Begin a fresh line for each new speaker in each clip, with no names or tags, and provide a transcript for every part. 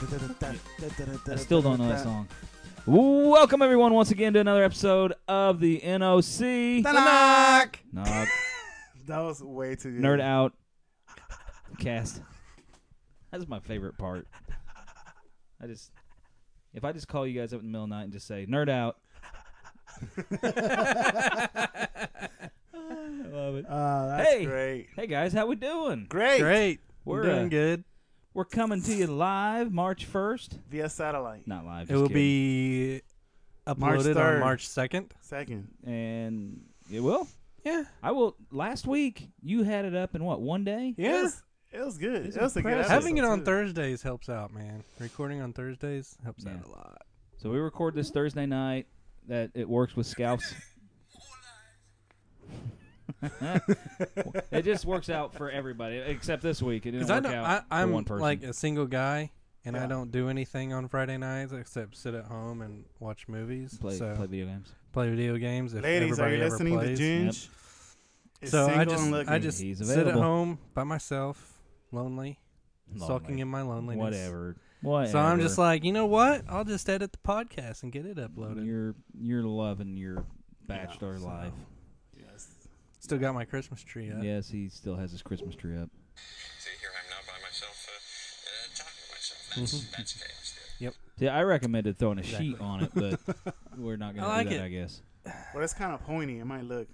I still don't know that song. Welcome everyone once again to another episode of the NOC.
Tanak!
No,
That was way too good.
nerd out cast. That's my favorite part. I just if I just call you guys up in the middle of the night and just say nerd out. I love it.
Uh, that's
Hey!
great.
Hey guys, how we doing?
Great.
Great.
We're,
We're doing
uh,
good.
We're coming to you live March first.
Via satellite.
Not live.
It will be uploaded
March
on
3rd.
March 2nd.
Second.
be and it will.
Yeah.
I will. Last week you had it up in what one day?
It
Yeah.
was, it was good.
It's
It was a good
impressive.
episode,
Having it on
too.
Thursdays helps out, man. Recording on Thursdays helps
Yeah.
out a lot.
So we record this Thursday night. That it works with scouts. it just works out for everybody, except this week. It didn't
Because I
work
don't, I,
out
I'm
for one person.
like a single guy, and
Yeah.
I don't do anything on Friday nights except sit at home and watch movies.
play
so
play video games.
play video games. If
Ladies, are
everybody
you
ever
listening
plays.
to Junge? Is
So I
single
just,
and looking.
I just
He's
sit at
available.
home by myself, lonely, sulking
Lonely.
in my loneliness.
Whatever. Whatever.
So I'm just like, you know what? I'll just edit the podcast and get it uploaded.
you're you're loving your bachelor
so-
life.
Yes.
Still got my Christmas tree up.
Yes, he still has his Christmas tree up.
See, here I'm now by myself, uh, uh, talking to myself. That's, that's chaos there.
Yeah, I recommended throwing a sheet
Exactly.
on it, but we're not gonna
I like
do that.
it.
I guess.
Well, it's kind of pointy. It might look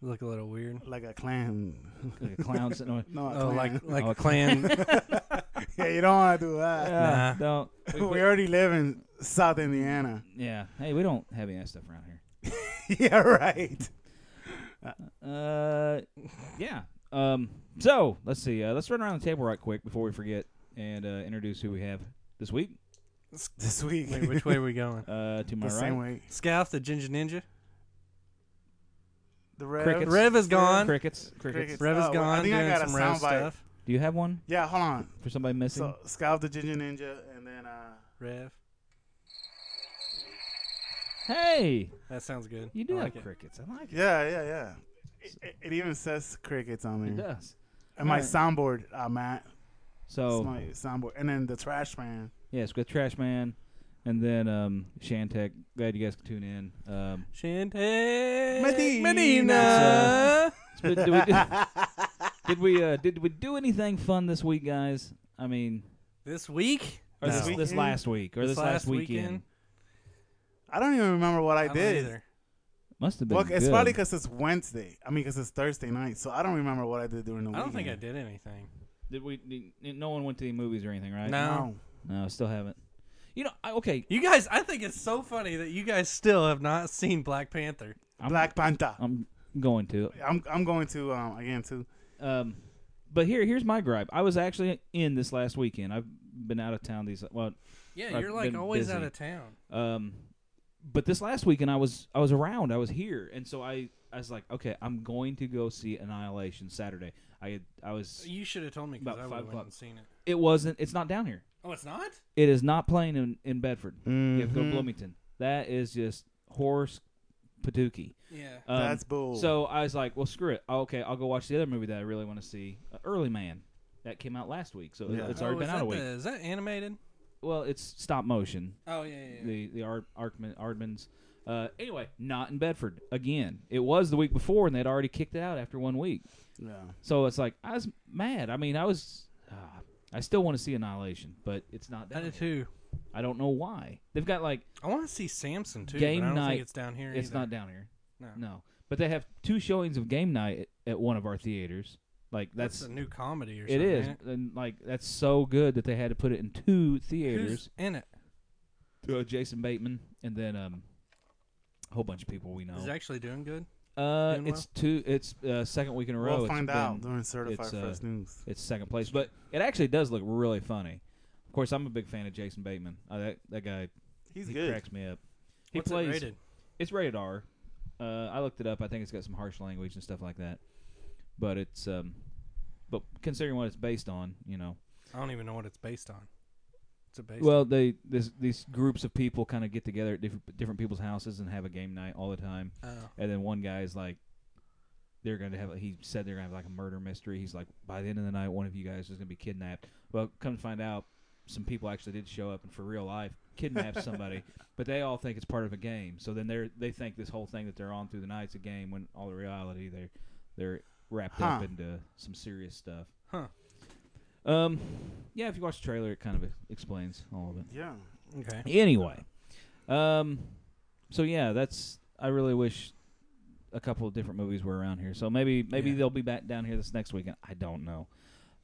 Look a little weird.
like a clan.
Like a clown sitting on.
No, a
Oh,
clan.
like like
Oh,
a clan.
yeah, you don't want to do that.
Yeah,
Nah.
don't. we- we-
we already live in South Indiana.
yeah. Hey, we don't have any of that stuff around here.
yeah, right.
Uh, yeah. Um. So let's see. Uh, let's run around the table right quick before we forget and uh, introduce who we have this week.
This week.
Wait, which way are we going?
Uh, to my
the same
right,
way.
Scout the Ginger Ninja.
The Rev.
Crickets.
Rev is gone.
crickets. Crickets.
Crickets.
Rev is
Oh, well, I
gone
think I
doing
got a
some rap
soundbite.
stuff.
Do you have one
Yeah, hold on.
for somebody missing?
So, Scout the Ginger Ninja, and then uh,
Rev.
hey,
That sounds good.
you do
I
have
like it.
crickets. I like it.
yeah, yeah, yeah. It, it, it even says crickets on
It
there.
does.
And my
Alright.
soundboard, uh, Matt.
So Oh.
It's my soundboard, and then the trash man.
Yes, with Trash Man, and then um, Shantek. Glad you guys could tune in. Um,
Shante
Medina.
Medina.
so did we do, did we, uh, did we do anything fun this week, guys? I mean,
This week.
or this,
No.
this last week, or this, last, weekend.
I don't even remember what I,
don't
did.
either.
Must have been
Well,
good.
it's probably because it's Wednesday. I mean, because it's Thursday night, so I don't remember what I did during the
I
week.
don't think I did anything.
Did we? did- no one went to any movies or anything, right?
No.
No.
no, still haven't. You know, I, okay.
You guys, I think it's so funny that you guys still have not seen Black Panther.
I'm, Oh.
Black Panther.
I'm going to.
I'm I'm going to um again too.
Um, but here, here's my gripe. I was actually in this last weekend. I've been out of town these. Well,
Yeah,
I've
you're like
been
always
busy.
out of town.
Um, but this last weekend I was I was around. I was here, and so I I was like, okay, I'm going to go see Annihilation Saturday. I had- I was
You should have told me
About
because I
five
would
o'clock.
have seen it.
it wasn't it's not down here.
Oh, it's not.
It is not playing in in Bedford. You have to go to Bloomington. That is just horse patooky.
Yeah.
Um,
That's bull.
So I was like, well, screw it. Okay, I'll go watch the other movie that I really want to see, uh, Early Man. That came out last week, so it-
Yeah.
it's already
oh,
been
is
out
that
a week.
the- is that animated?
Well, it's stop motion.
Oh yeah, yeah. yeah.
the the Ar- Arkman, Ardmans. Uh, anyway, not in Bedford again. It was the week before, and they'd already kicked it out after one week.
yeah.
So it's like I was mad. I mean, I was. Uh, I still want to see Annihilation, but it's not
I
down
did
here.
too.
I don't know why they've got like
I want to see Samson too.
Game
but I don't
night-
think it's down here.
it's
either.
not down here.
No.
No, but they have two showings of Game Night at, at one of our theaters. Like
That's,
that's,
a new comedy or
it
something.
is,
ain't
and like that's so good that they had to put it in two
it?
theaters.
Who's in it?
Uh, Jason Bateman, and then um, a whole bunch of people we know.
Is it actually doing good?
Uh,
Doing
it's two. It's uh, second week in a row.
We'll
it's
find
been-
out during certified
it's, uh,
first news.
It's second place, but it actually does look really funny. Of course, I'm a big fan of Jason Bateman. Uh, that that guy,
He's
he
good.
cracks me up. He
What's
plays.
It rated?
It's rated R. Uh, I looked it up. I think it's got some harsh language and stuff like that. But it's um, but considering what it's based on, you know,
I don't even know what it's based on. It's a based.
well they this these groups of people kind of get together at different different people's houses and have a game night all the time.
on. Oh.
and then one guy's like they're going to have. He said they're going to have like a murder mystery. He's like, by the end of the night, one of you guys is going to be kidnapped. Well, come to find out, some people actually did show up and for real life kidnapped somebody, but they all think it's part of a game. So then they they think this whole thing that they're on through the night's a game. When all the reality they're they're wrapped up
Huh.
into some serious stuff.
Huh.
Um, yeah. If you watch the trailer, it kind of explains all of it.
Yeah.
Okay.
Anyway, um, so yeah, that's. I really wish a couple of different movies were around here. So maybe maybe
Yeah.
they'll be back down here this next weekend. I don't know.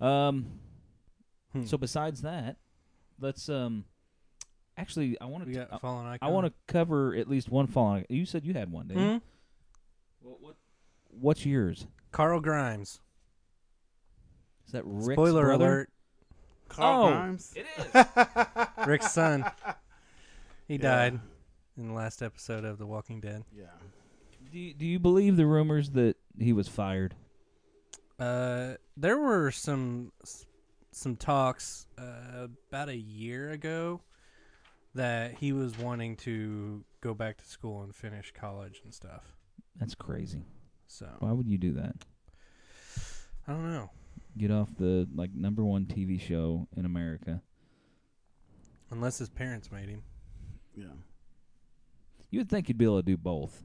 Um,
Hmm.
so besides that, let's um. Actually, I want
We
to.
got Fallen Icon.
I want to cover at least one fallen. You said you had one, didn't you?
Hmm?
Well, what? What's yours?
Carl Grimes.
Is that Rick's
Spoiler
brother?
alert.
Carl
Oh,
Grimes.
It is.
Rick's son. He
Yeah.
died in the last episode of The Walking Dead.
Yeah.
do, you, do you believe the rumors that he was fired?
Uh, there were some some talks uh, about a year ago that he was wanting to go back to school and finish college and stuff.
That's crazy.
So
Why would you do that?
I don't know.
get off the like number one TV show in America.
Unless his parents made him.
Yeah.
You would think you'd be able to do both.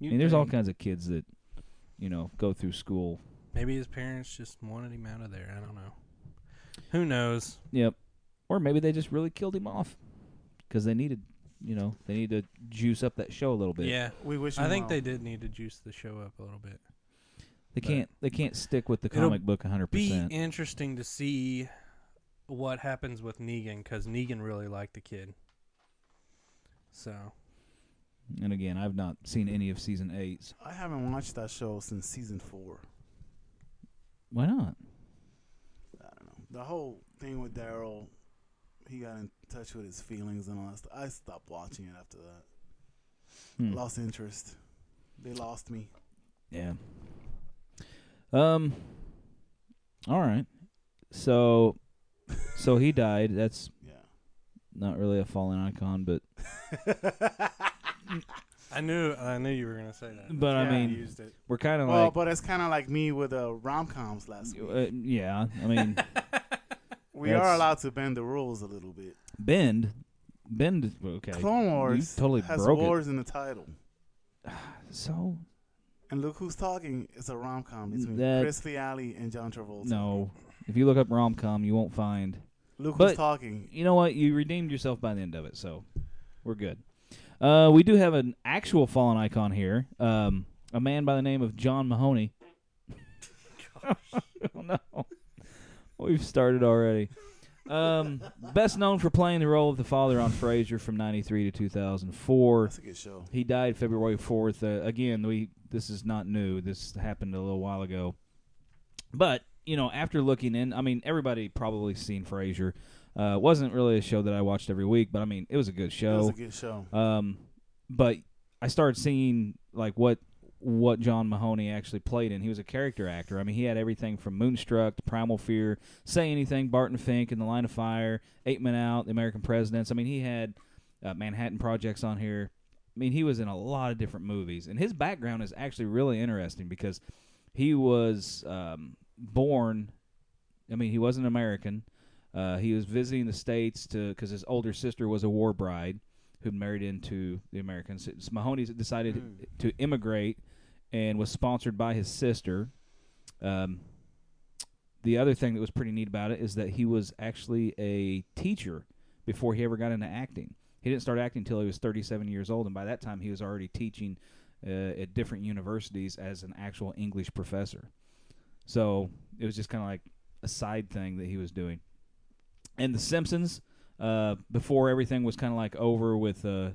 I
You
mean, there's all kinds of kids that, you know, go through school.
Maybe his parents just wanted him out of there. I don't know. Who knows?
Yep. Or maybe they just really killed him off because they needed, you know, they need to juice up that show a little bit.
yeah,
We wish.
I
him
think
well.
they did need to juice the show up a little bit.
They can't. They can't stick with the
It'll
comic book 100.
Be
percent
interesting to see what happens with Negan because Negan really liked the kid. So
And again, I've not seen any of season eight.
I haven't watched that show since season four.
Why not?
I don't know. The whole thing with Daryl, he got in touch with his feelings and all that stuff. I stopped watching it after that.
Hmm.
Lost interest. They lost me.
Yeah. Um. All right. So, so he died. That's
Yeah.
not really a fallen icon, but
I knew I knew you were gonna say that.
but I
Yeah.
mean,
used it.
we're kind of
well,
like,
but it's kind of like me with uh, rom coms last week.
uh, yeah. I mean,
we
that's-
are allowed to bend the rules a little bit.
bend, bend. Okay,
Clone Wars
totally
has
broke it.
wars in the title.
so
And look who's talking. It's a rom com between
Mm, That-
Chris Lee Alley and John Travolta.
no. If you look up rom com, you won't find.
Look
But-
who's talking.
You know what? You redeemed yourself by the end of it, so we're good. Uh, we do have an actual fallen icon here. Um, a man by the name of John Mahoney. oh no, we've started already. Um, best known for playing the role of the father on Frasier from '93 to 2004.
That's a good show.
He died February 4th. Uh, again, we this is not new. This happened a little while ago. But, you know, after looking in, I mean, everybody probably seen Frasier. Uh, it wasn't really a show that I watched every week, but I mean, it was a good
That was
show.
a good show.
um, but I started seeing like what what John Mahoney actually played in. He was a character actor. I mean, he had everything from Moonstruck to Primal Fear, Say Anything, Barton Fink, In the Line of Fire, Eight Men Out, The American Presidents. I mean, he had uh, Manhattan Projects on here. I mean, he was in a lot of different movies, and his background is actually really interesting because he was um, born. I mean, he wasn't American. Uh, he was visiting the states to because his older sister was a war bride who married into the Americans. It's- Mahoney decided to immigrate and was sponsored by his sister. Um, the other thing that was pretty neat about it is that he was actually a teacher before he ever got into acting. He didn't start acting until he was 37 years old, and by that time he was already teaching uh, at different universities as an actual English professor. So it was just kind of like a side thing that he was doing. And The Simpsons, uh, before everything was kind of like over with, uh,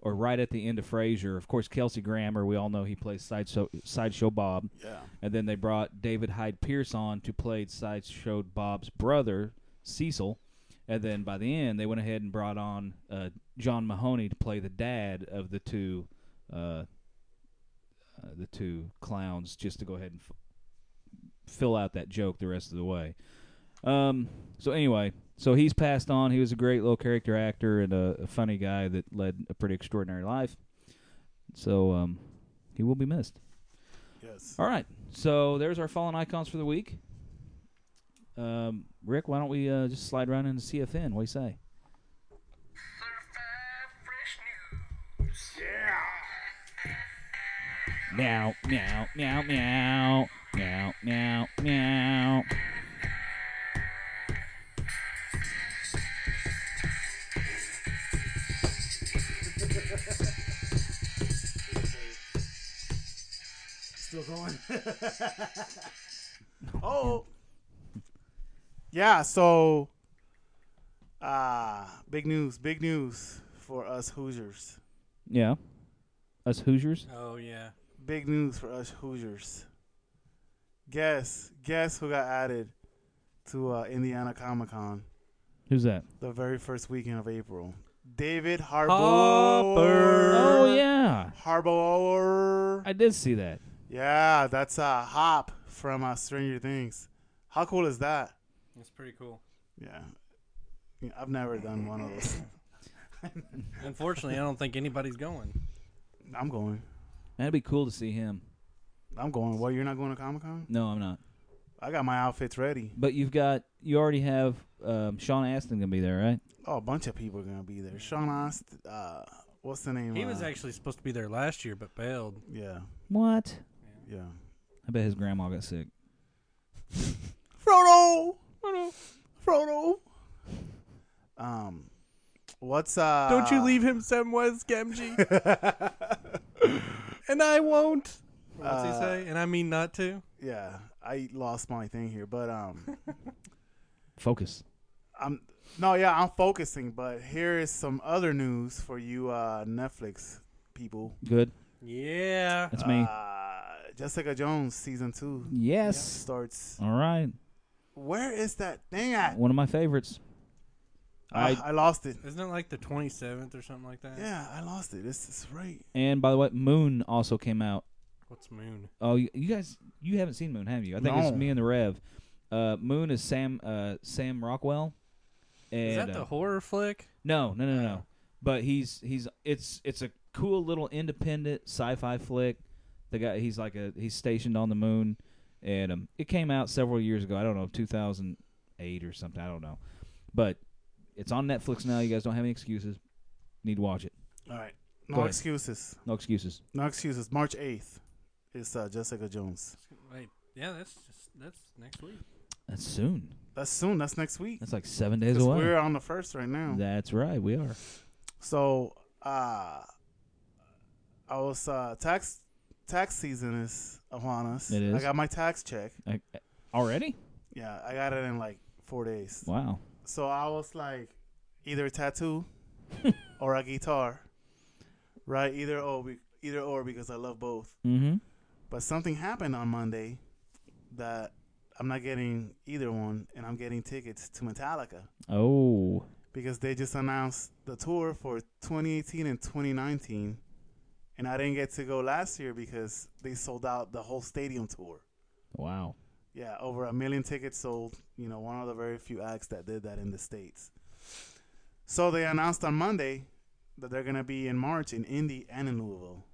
or right at the end of Frasier, of course, Kelsey Grammer, we all know he plays Sideshow, Sideshow Bob.
Yeah.
And then they brought David Hyde Pierce on to play Sideshow Bob's brother, Cecil. And then by the end, they went ahead and brought on uh, John Mahoney to play the dad of the two, uh, uh, the two clowns, just to go ahead and f- fill out that joke the rest of the way. Um, so anyway, so he's passed on. He was a great little character actor and a, a funny guy that led a pretty extraordinary life. So um, he will be missed.
Yes.
All right. So there's our fallen icons for the week. Um, Rick, why don't we uh, just slide right into CFN? What do you say? Meow, meow, meow, meow, meow, meow, meow.
Still going. oh. Yeah, so uh big news, big news for us Hoosiers.
Yeah. Us Hoosiers.
Oh yeah.
Big news for us Hoosiers. Guess, guess who got added to uh, Indiana Comic Con
Who's that?
the very first weekend of April? David Harbour.
Oh yeah,
Harbour.
I did see that.
Yeah, that's uh, Hop from uh, Stranger Things. How cool is that?
That's pretty cool.
Yeah. Yeah, I've never done one of those.
Unfortunately, I don't think anybody's going.
I'm going.
That'd be cool to see him.
I'm going. What, you're not going to Comic Con?
No, I'm not.
I got my outfits ready.
But you've got you already have um, Sean Astin gonna be there, right?
Oh, a bunch of people are going to be there. Sean Ost, uh, what's the name?
He was
Uh,
actually supposed to be there last year, but bailed.
Yeah,
What?
yeah.
I bet his grandma got sick.
Frodo! Frodo! Um, what's, uh.
him, Samwise Gamgee. and I won't. What's he
Uh,
say? And I mean not to.
Yeah, I lost my thing here, but, um.
Focus.
I'm no, yeah, I'm focusing, but here is some other news for you uh Netflix people.
Good.
Yeah.
That's me.
Uh, Jessica Jones season 2
Yes.
starts.
All right.
Where is that thing at?
One of my favorites.
I,
I
Uh-huh.
I lost it.
Isn't it like the 27th or something like that?
Yeah, I lost it. This is right.
and by the way, Moon also came out.
What's Moon?
Oh, you, you guys, you haven't seen Moon, have you? I think
No.
it's me and the Rev. Uh, Moon is Sam uh, Sam Rockwell. And,
Is that
uh,
the Oh. horror flick?
No, no, no, no. But he's he's it's it's a cool little independent sci-fi flick. The guy he's like a he's stationed on the moon, and um, it came out several years ago. I don't know, two thousand eight or something. I don't know, but it's on Netflix now. You guys don't have any excuses. Need to watch it.
All right.
Go
No
ahead.
excuses.
No excuses.
No excuses. March 8th is uh, Jessica Jones.
Wait. Yeah, that's just that's next week.
That's soon.
That's soon. That's next week.
That's like seven days
'Cause
away.
we're on the first right now.
That's right. We are.
So, uh, I was uh, tax tax season is upon us.
It is.
I got my tax check.
I, already?
Yeah, I got it in like four days.
Wow.
So I was like, either a tattoo or a guitar, right? Either or, be- either or, because I love both.
Mm-hmm.
But something happened on Monday that I'm not getting either one, and I'm getting tickets to Metallica
Oh.
because they just announced the tour for 2018 and 2019 and i didn't get to go last year because they sold out the whole stadium tour
Wow.
yeah over a million tickets sold you know one of the very few acts that did that in the states so they announced on monday that they're going to be in march in indy and in louisville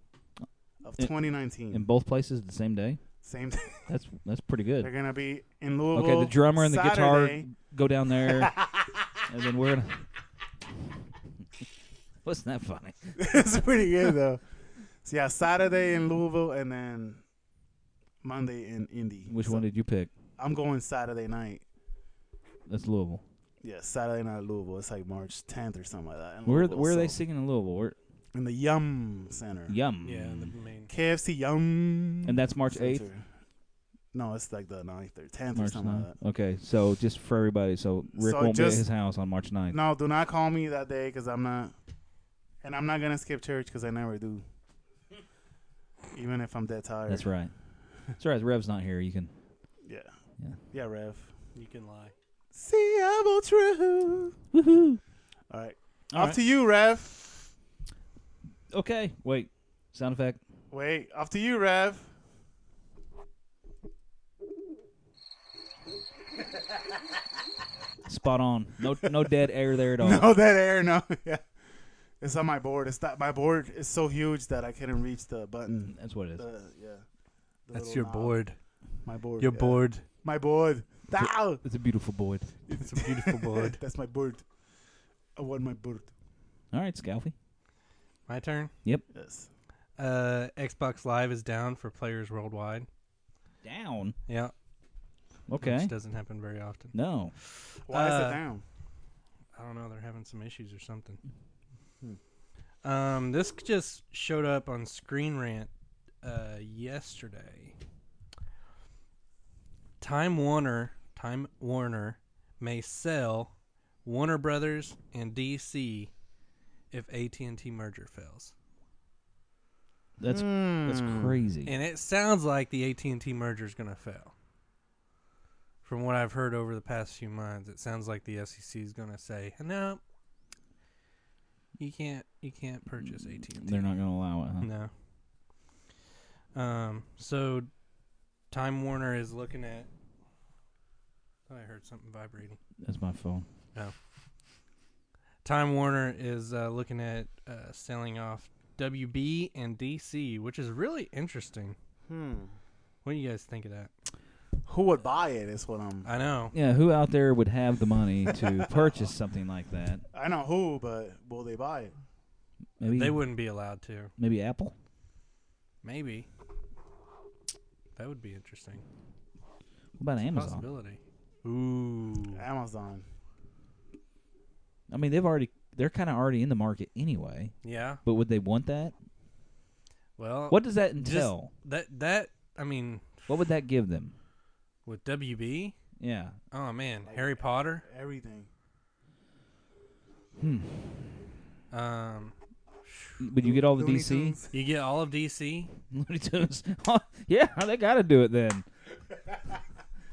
of
In-
2019
In both places the same day.
same thing
That's that's pretty good.
they're going to be in louisville
Okay, the drummer and the
Saturday.
guitar go down there, and then we're gonna. Wasn't that funny?
it's pretty good though. So yeah, Saturday in Louisville and then Monday in Indy.
Which
So
one did you pick?
I'm going Saturday night.
That's Louisville.
Yeah, Saturday night at Louisville. It's like March 10th or something like that. in
Where
Louisville,
where are they
so-
singing in Louisville? Where,
In the Yum Center.
yum.
Yeah, the main.
KFC Yum.
And that's March eighth,
Center. No, it's like the 9th or 10th or
March
something
9th.
like that.
Okay, so just for everybody, so Rick
So
won't be at
just-
his house on March 9th.
No, do not call me that day because I'm not. And I'm not going to skip church because I never do. Even if I'm dead tired.
That's right. That's right. Rev's not here. You can.
Yeah.
Yeah.
Yeah, Rev.
You can lie.
See, I'm true.
Woohoo!
All right.
All
off
right.
to you, Rev.
Okay. Wait. Sound effect.
Wait, off to you, Rev.
Spot on. No no dead air there at all.
No, that air, no. yeah. It's on my board. It's not, my board is so huge that I couldn't reach the button.
That's what it is.
The, yeah. the
That's
little
your
knob.
board.
My board.
Your
yeah.
board.
My board. Ow!
It's a beautiful board.
It's a beautiful board.
That's my board. I want my board.
All right, Scalfy.
My turn.
Yes.
Uh, Xbox Live is down for players worldwide.
Down.
Yeah.
Okay.
Which doesn't happen very often.
No.
Why is
Uh,
it down?
I don't know. They're having some issues or something.
Hmm.
Um, this just showed up on Screen Rant uh, yesterday. Time Warner, Time Warner, may sell Warner Brothers and DC if AT and T merger fails.
That's that's
Hmm.
crazy.
And it sounds like the AT and T merger is going to fail. From what I've heard over the past few months, it sounds like the SEC is going to say, "No, you can't, you can't purchase AT and T."
They're not going to allow it. Huh?
No. Um. So, Time Warner is looking at. Thought I heard something vibrating.
That's my phone.
Time Warner is uh, looking at uh, selling off WB and DC, which is really interesting.
Hmm.
What do you guys think of that?
Who would buy it? Is what I'm.
I know.
Yeah, who out there would have the money to purchase something like that?
I know who, but will they buy it?
Maybe
They wouldn't be allowed to.
Maybe Apple.
Maybe. That would be interesting.
What about Amazon?
Possibility. Ooh.
Amazon.
I mean, they've already they're kind of already in the market anyway.
Yeah.
But would they want that?
Well,
What does that entail?
that that I mean
what would that give them?
with WB?
Yeah.
Oh man,
Like-
Harry Potter.
Everything.
Um,
Would you get all the
Looney
DC?
Tunes.
you get all of DC.
Looney Tunes. yeah, they got to do it then.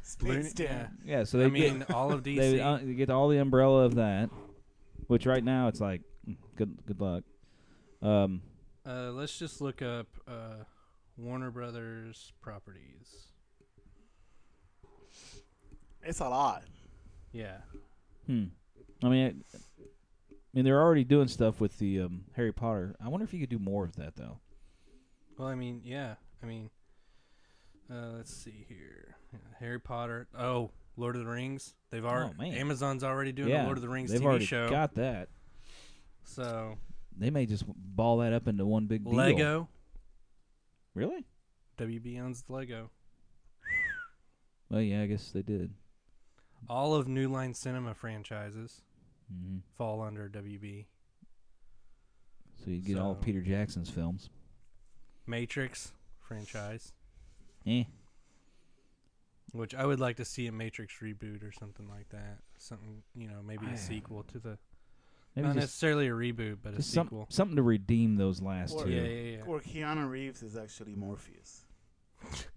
Space Jam.
Yeah, so
Yeah.
they
I
get-
mean, all of DC.
They, uh, they get all the umbrella of that, which right now it's like, mm, good good luck. Um,
uh, let's just look up uh, Warner Brothers properties.
It's a lot.
Yeah.
hmm. I mean, I, I mean they're already doing stuff with the um, Harry Potter. I wonder if you could do more of that though.
Well, I mean, yeah. I mean, uh, let's see here. Yeah, Harry Potter. Oh, Lord of the Rings. They've already.
Oh, man.
Amazon's already doing a
yeah,
Lord of the Rings
they've
TV
already
show.
got that.
so
They may just ball that up into one big deal.
Lego.
Really?
WB owns Lego.
Well, yeah, I guess they did.
All of New Line Cinema franchises
hmm
fall under WB.
So you get all
So-
Peter Jackson's films.
Matrix franchise.
Eh.
Which I would like to see a Matrix reboot or something like that. Something you know, maybe
I-
a sequel to the
Maybe
not
just,
necessarily a reboot, but a
just some,
sequel.
something to redeem those last
Or-
two.
Yeah, yeah, yeah.
Or Keanu Reeves is actually Morpheus.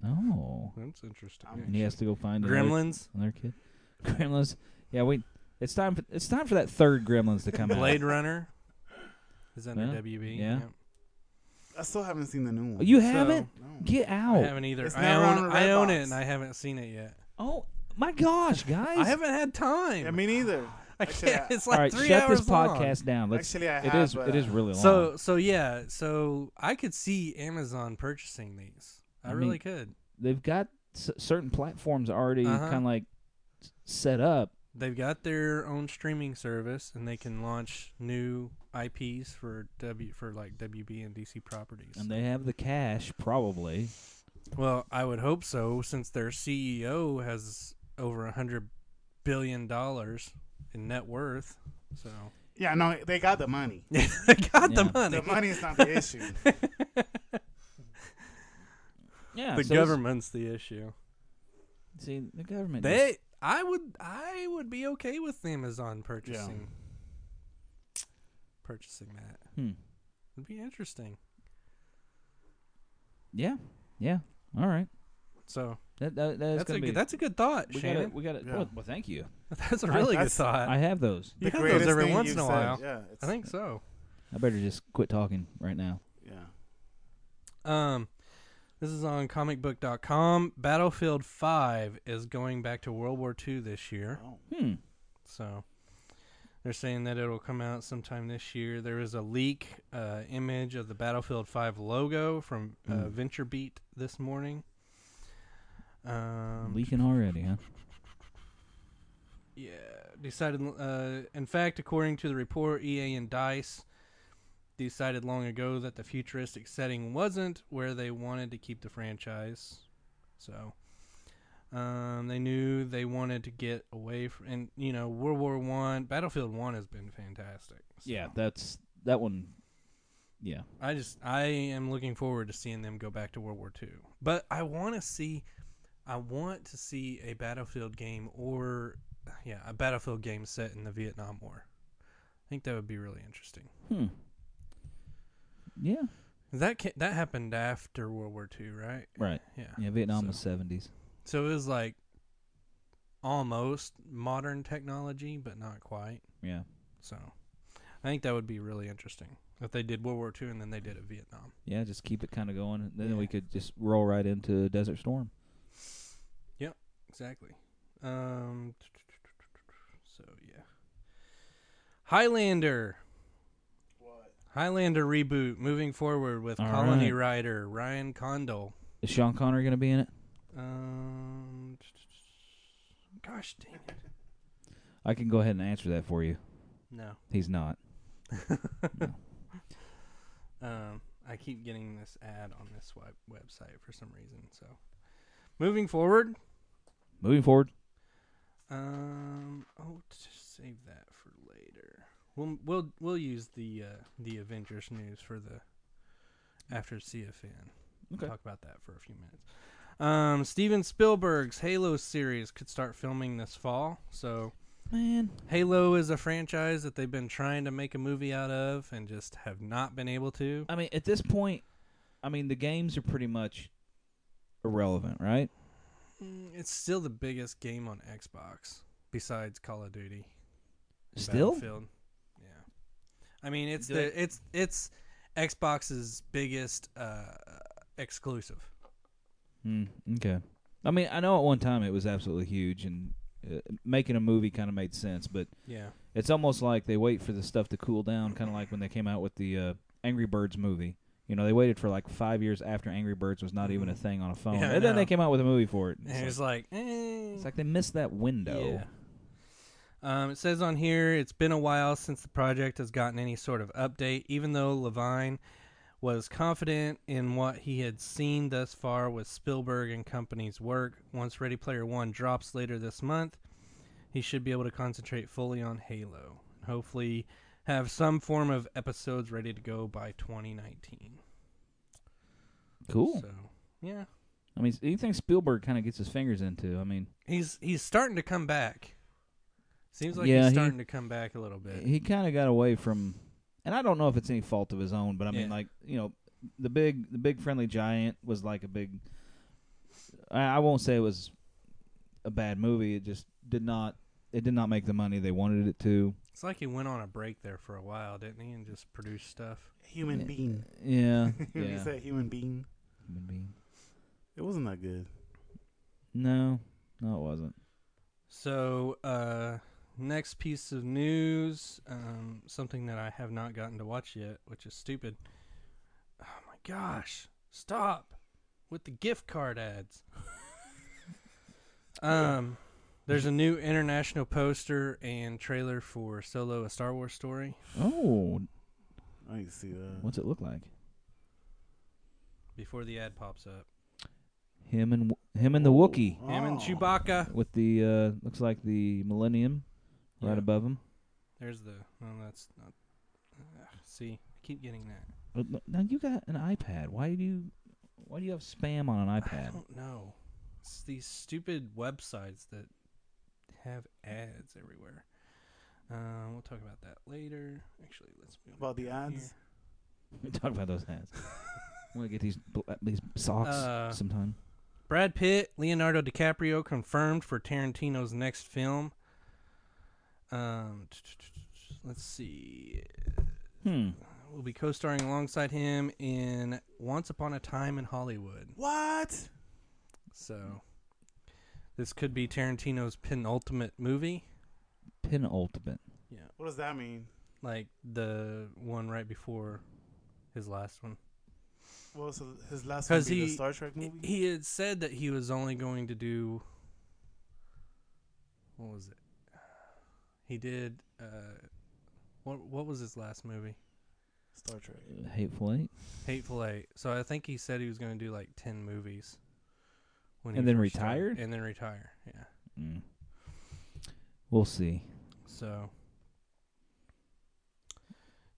Oh.
That's interesting.
I'm-
And he has to go find another-
Gremlins,
Another kid. Gremlins. Yeah, we. It's time for it's time for that third Gremlins to come
Blade
out.
Runner is under
Yeah,
WB.
yeah.
I still haven't seen the new one.
You
So-
haven't?
No.
Get
I
out!
haven't either.
It's
I
not
own,
on
I own it
Redbox.
and I haven't seen it yet.
Oh my gosh, guys!
I haven't had time.
Yeah, me neither.
I
actually,
can't.
I-
It's
All
like
right,
three
shut
hours
this
long.
podcast down. Let's.
Actually, I
it
have. uh,
is.
but,
It is really long.
uh, So so yeah, so I could see Amazon purchasing these. I,
I mean-
really could.
they've got s- certain platforms already
Uh-huh.
kind of like s- set up.
They've got their own streaming service and they can launch new IPs for W for like WB and DC properties.
And they have the cash, probably.
well, I would hope so since their CEO has over a hundred billion dollars in net worth. So
Yeah, no, they got the money.
they got
Yeah.
the money.
The money is not the issue.
Yeah,
The
so it's-
government's the issue.
See, the government.
They, I would, I would be okay with Amazon purchasing, purchasing that.
is- hmm.
It'd be interesting.
Yeah, yeah. All right.
So
That, that, that is
that's
gonna
a
be,
good, that's a good thought,
we got it.
Shannon.
We got it.
Yeah.
Well, well, thank you.
That's a
I-
really good
that's-
thought.
I have those.
you
The
have those
greatest
every
thing
once
you've
in a
said.
while.
Yeah,
I
it's-
think so.
I better just quit talking right now.
Yeah.
Um, this is on comicbook.com. Battlefield Five is going back to World War II this year.
Oh.
Hmm.
So they're saying that it'll come out sometime this year. There is a leak uh, image of the Battlefield 5 logo from uh,
Mm.
VentureBeat this morning. Um,
Leaking already, huh?
Yeah, decided. Uh, in fact, according to the report, EA and Dice decided long ago that the futuristic setting wasn't where they wanted to keep the franchise. So, um, they knew they wanted to get away from. And you know, World War One, Battlefield One has been fantastic. So
Yeah, that's that one. Yeah,
I just I am looking forward to seeing them go back to World War Two. But I want to see, I want to see a Battlefield game or yeah, a Battlefield game set in the Vietnam War. I think that would be really interesting.
hmm. Yeah,
That ca- that happened after World War Two, right?
right.
Yeah.
Yeah, Vietnam
So-
was seventies.
So it was like almost modern technology, but not quite.
Yeah,
So I think that would be really interesting if they did World War Two and then they did it Vietnam.
yeah. Just keep it kind of going, and then
Yeah.
we could just roll right into Desert Storm.
Exactly. Um, so yeah. Highlander.
What?
Highlander reboot moving forward with
All
Colony
right.
writer Ryan Condal.
Is Sean Connery going to be in it?
Um, gosh dang it.
I can go ahead and answer that for you.
No.
He's not.
Um, I keep getting this ad on this web- website for some reason. So, moving forward,
Moving forward,
um, oh, t- save that for later. We'll we'll we'll use the uh, the Avengers news for the after CFN.
Okay.
Talk about that for a few minutes. Um, Steven Spielberg's Halo series could start filming this fall. So,
man.
Halo is a franchise that they've been trying to make a movie out of and just have not been able to.
I mean, at this point, I mean the games are pretty much irrelevant, right?
Mm, It's still the biggest game on Xbox besides Call of Duty. and
Still,
Battlefield. Yeah. I mean, it's
Do
the it's it's Xbox's biggest uh exclusive.
Mm, okay. I mean, I know at one time it was absolutely huge, and uh, making a movie kind of made sense, but
Yeah.
it's almost like they wait for the stuff to cool down, kind of like when they came out with the uh, Angry Birds movie. You know, they waited for like five years after Angry Birds was not even a
Mhm.
thing on a phone,
Yeah, I
and then they
know.
came out with a movie for it. It's,
And
like,
it's like, eh.
it's like they missed that window.
Yeah. Um, it says on here it's been a while since the project has gotten any sort of update, even though Levine was confident in what he had seen thus far with Spielberg and company's work. Once Ready Player One drops later this month, he should be able to concentrate fully on Halo and hopefully have some form of episodes ready to go by 2019.
Cool.
So, yeah,
I mean, anything Spielberg kind of gets his fingers into. I mean,
he's he's starting to come back. Seems like
Yeah,
he's
he-
starting to come back a little bit.
he kind of got away from, and I don't know if it's any fault of his own, but I mean,
Yeah.
like you know, the big the big friendly giant was like a big. I, I won't say it was a bad movie. It just did not. It did not make the money they wanted it to.
It's like he went on a break there for a while, didn't he? And just produced stuff.
Human
Yeah.
being.
Yeah,
When you
yeah.
said human being,
Human being.
it wasn't that good.
No, no, it wasn't.
So, uh, next piece of news, um, something that I have not gotten to watch yet, which is stupid. Oh my gosh! Stop with the gift card ads. um, there's a new international poster and trailer for Solo: A Star Wars Story.
Oh,
I didn't see that.
what's it look like?
Before the ad pops up,
Him and him and the Wookiee
him and
Oh.
Chewbacca.
with the uh, looks like the Millennium right
Yeah.
above him.
There's the. No, that's not. Uh, see, I keep getting that.
But no- Now you got an iPad. Why do you why do you have spam on an
I
iPad?
don't know. It's these stupid websites that have ads everywhere. Um, we'll talk about that later. Actually, let's move
About
it
the
down
ads?
Talk about those ads. I want to get these bl- these
here.
socks
Uh,
sometime.
Brad Pitt, Leonardo DiCaprio confirmed for Tarantino's next film. Um, let's see.
Hmm.
We'll be co-starring alongside him in Once Upon a Time in Hollywood.
What?
So, this could be Tarantino's penultimate movie.
Penultimate.
What does that mean?
like the one right before his last one.
What was his last
Because
movie? the
he-
Star Trek movie?
He had said that he was only going to do. What was it? He did. Uh, what What was his last movie?
Star Trek.
Hateful Eight,
Hateful Eight. So I think he said he was going to do like ten movies. When
And then
first started.
retired?
And then retire. Yeah.
mm. we'll see.
So.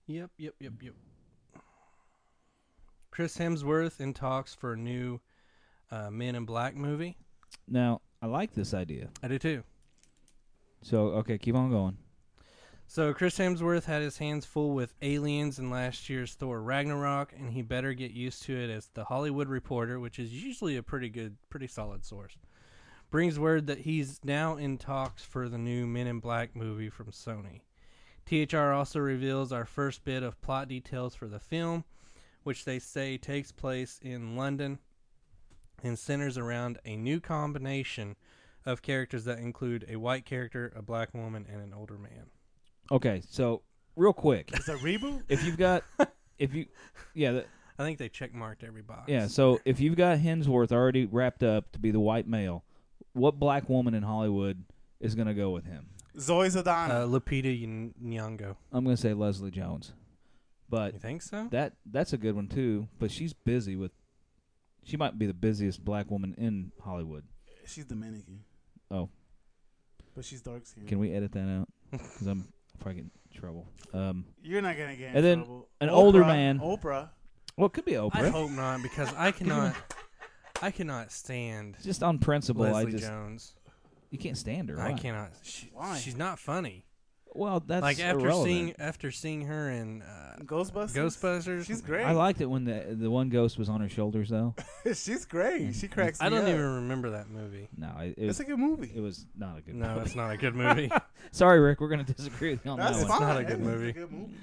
Yep, yep, yep, yep. Chris Hemsworth in talks for a new uh, Men in Black movie.
Now I like this idea.
I do too.
So okay, keep on going.
So Chris Hemsworth had his hands full with aliens in last year's Thor Ragnarok, and he better get used to it as the Hollywood Reporter, which is usually a pretty good, pretty solid source, brings word that he's now in talks for the new Men in Black movie from Sony. THR also reveals our first bit of plot details for the film, which they say takes place in London and centers around a new combination of characters that include a white character, a black woman, and an older man.
Okay, so real quick,
It's a reboot.
if you've got, if you, yeah, that,
I think they check marked every box.
yeah. So if you've got Hensworth already wrapped up to be the white male, what black woman in Hollywood is going to go with him?
Zoe Zadana.
Uh, Lupita Ny- Nyong'o.
I'm going to say Leslie Jones, but
You think so?
that that's a good one too. But she's busy with. She might be the busiest black woman in Hollywood.
she's Dominican.
Oh.
But she's dark skinned.
Can we edit that out? Because I'm probably getting in trouble. Um,
You're not gonna get in
And then
trouble.
an
Oprah-
older man-
Oprah.
well, it could be
I
Oprah.
hope not because I cannot. I cannot stand
Just on principle, I
Leslie
just
Jones.
you can't stand her.
I
Why?
cannot. She,
Why?
She's not funny.
Well, that's
like after
irrelevant.
seeing after seeing her in uh,
Ghostbusters.
Ghostbusters,
She's
I'm
great.
I liked it when the the one ghost was on her shoulders though.
she's great. She cracks.
I
me
don't
up.
even remember that movie.
No, it, it
It's
was
a good movie.
it was not a good.
No,
movie.
it's not a good movie.
Sorry, Rick. We're gonna disagree with you on
That's
that
fine.
one.
not a good
It's
movie.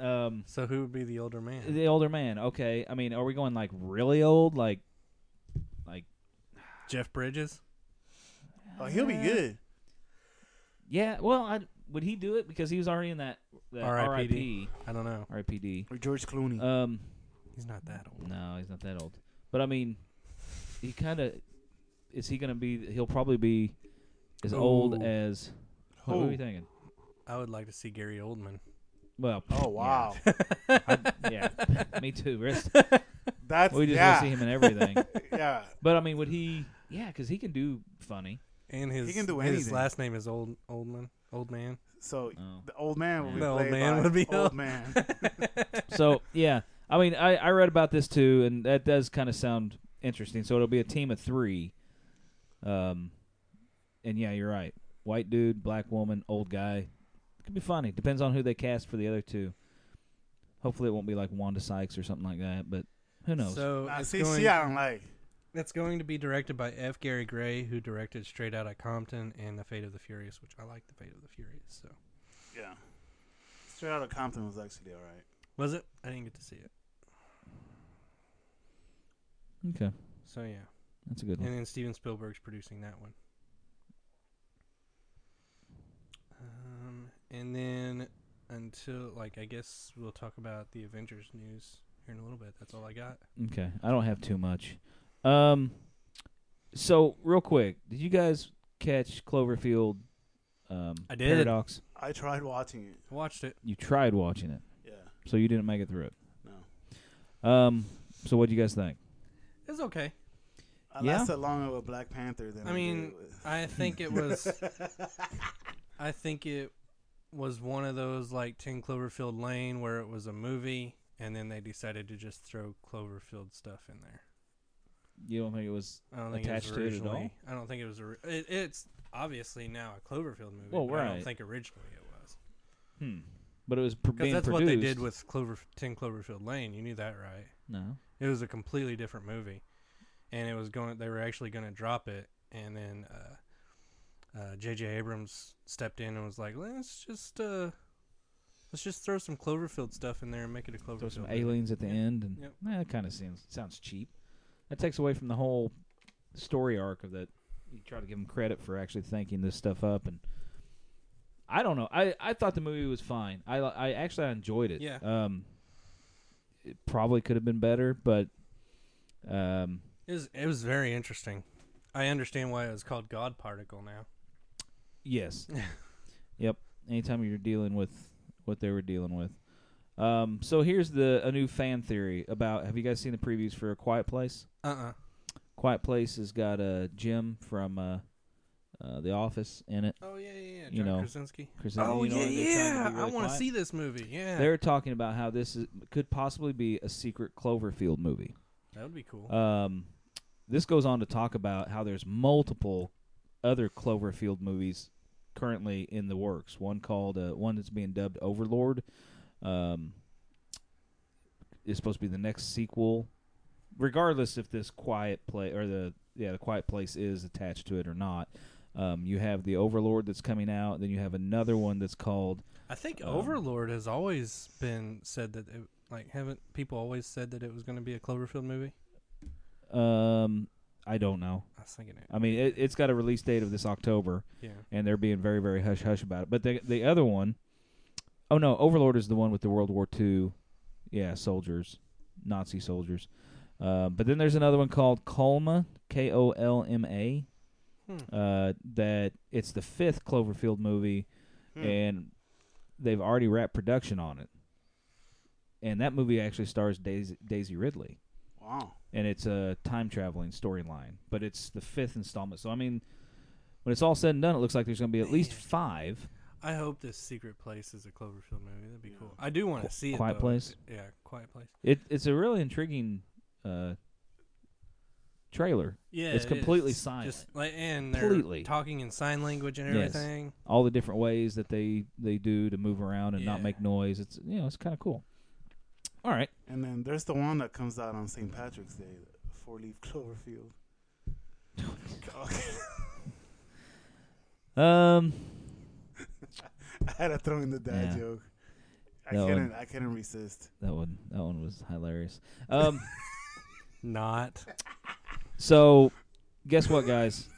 Um,
so who would be the older man?
the older man. Okay, I mean, are we going like really old? Like, like
Jeff Bridges.
Oh, he'll be good.
yeah. Well, I, would he do it because he was already in that, that
R.I.P.D..
R.I.P.
I don't know.
R.I.P.D.
Or George Clooney.
Um,
He's not that old.
no, he's not that old. But I mean, he kind of is he gonna be? He'll probably be as old
Ooh.
as. What were
Who?
you thinking?
I would like to see Gary Oldman.
Well,
oh wow.
yeah, me too. Rest-
That's
We just
yeah.
want to see him in everything.
yeah.
but I mean, would he? Yeah, because he can do funny.
And his
can do
his
anything.
last name is Old Oldman. Old man.
So
Oh.
the old man will be
The old
played
man
by
would be
old
old.
man.
So yeah, I mean, I, I read about this too, and that does kind of sound interesting. So it'll be a team of three. Um, and yeah, you're right. White dude, black woman, old guy. Could be funny. Depends on who they cast for the other two. Hopefully, it won't be like Wanda Sykes or something like that. But who knows?
So
I
it's
Ah, see.
going,
She I don't like.
it's going to be directed by F. Gary Gray, who directed Straight Outta Compton and The Fate of the Furious, which I like The Fate of the Furious. So
Yeah. Straight out of Compton was actually all right.
was it? I didn't get to see it.
okay,
So yeah,
that's a good one.
and then Steven Spielberg's producing that one. Um, and then until like I guess we'll talk about the Avengers news here in a little bit. That's all I got.
Okay, I don't have too much. Um, so real quick, did you guys catch Cloverfield? Um,
I did.
Paradox.
I tried watching it.
Watched it.
You tried watching it,
Yeah.
so you didn't make it through it.
No.
Um, so what do you guys think?
It's okay.
I
Yeah?
lasted longer with Black Panther than
I
I,
mean,
did with-
I think it was. I think it was one of those like Ten Cloverfield Lane where it was a movie, and then they decided to just throw Cloverfield stuff in there.
You don't think it was?
I don't think
Attached
it
to
was
it at
originally. I don't think it was. ori- It, it's obviously now a Cloverfield movie.
Well,
but I don't
right.
think originally it was
Hmm. But it was pr-
because
being
that's
produced.
what they did with Clover Ten Cloverfield Lane. You knew that, right?
No.
It was a completely different movie, and it was going. They were actually going to drop it, and then uh, uh, J.J. Abrams stepped in and was like, "Let's just uh, let's just throw some Cloverfield stuff in there and make it a Cloverfield."
Throw some
movie."
aliens at the
Yeah.
end, and eh,
Yep.
Nah, that kind of sounds sounds cheap. That takes away from the whole story arc of that. You try to give them credit for actually thinking this stuff up, and I don't know. I, I thought the movie was fine. I I actually I enjoyed it.
Yeah.
Um, it probably could have been better, but um,
It was, it was very interesting. I understand why it was called God Particle now.
yes, yep. Anytime you're dealing with what they were dealing with. Um, so here's the a new fan theory about. Have you guys seen the previews for A Quiet Place?
Uh uh
Quiet Place has got uh, Jim from uh, uh, The Office in it.
Oh, yeah, yeah, yeah. John
You know.
Krasinski.
Chris,
Oh,
you know,
yeah,
they're trying
yeah.
to be really
I want to
quiet.
see this movie. Yeah.
They're talking about how this is, could possibly be a secret Cloverfield movie.
that would be cool.
Um, this goes on to talk about how there's multiple other Cloverfield movies currently in the works. One called uh, one that's being dubbed Overlord. Um, is supposed to be the next sequel. Regardless if this quiet play or the yeah the quiet place is attached to it or not, um, you have the Overlord that's coming out. Then you have another one that's called
I think
um,
Overlord has always been said that it, like haven't people always said that it was going to be a Cloverfield movie?
um, I don't know.
I was thinking it.
I mean it, it's got a release date of this October.
Yeah.
and they're being very very hush hush about it. But the the other one, oh no, Overlord is the one with the World War II, yeah, soldiers, Nazi soldiers. Uh, but then there's another one called Colma, K O L M A.
Hmm.
Uh, that it's the fifth Cloverfield movie,
Hmm.
and they've already wrapped production on it. And that movie actually stars Daisy, Daisy Ridley,
Wow.
and it's a time traveling storyline. But it's the fifth installment, so I mean, when it's all said and done, it looks like there's going to be at least
Man.
five.
I hope this Secret Place is a Cloverfield movie. That'd be
Yeah.
cool. I do want
Qu-
to see it.
Quiet
though.
Place?
Yeah, Quiet Place.
It it's a really intriguing uh, trailer.
Yeah,
It's
it
completely
is.
silent.
Just like and they're
Completely.
talking in sign language and
Yes.
everything.
All the different ways that they they do to move around and not
Yeah.
make noise. It's you know it's kind of cool. All right,
And then there's the one that comes out on St. Patrick's Day, the Four Leaf Cloverfield.
um,
I had to throw in the dad
Yeah.
joke. I
That one.
couldn't. I couldn't resist.
that one that one was hilarious. Um,
Not.
so guess what, guys?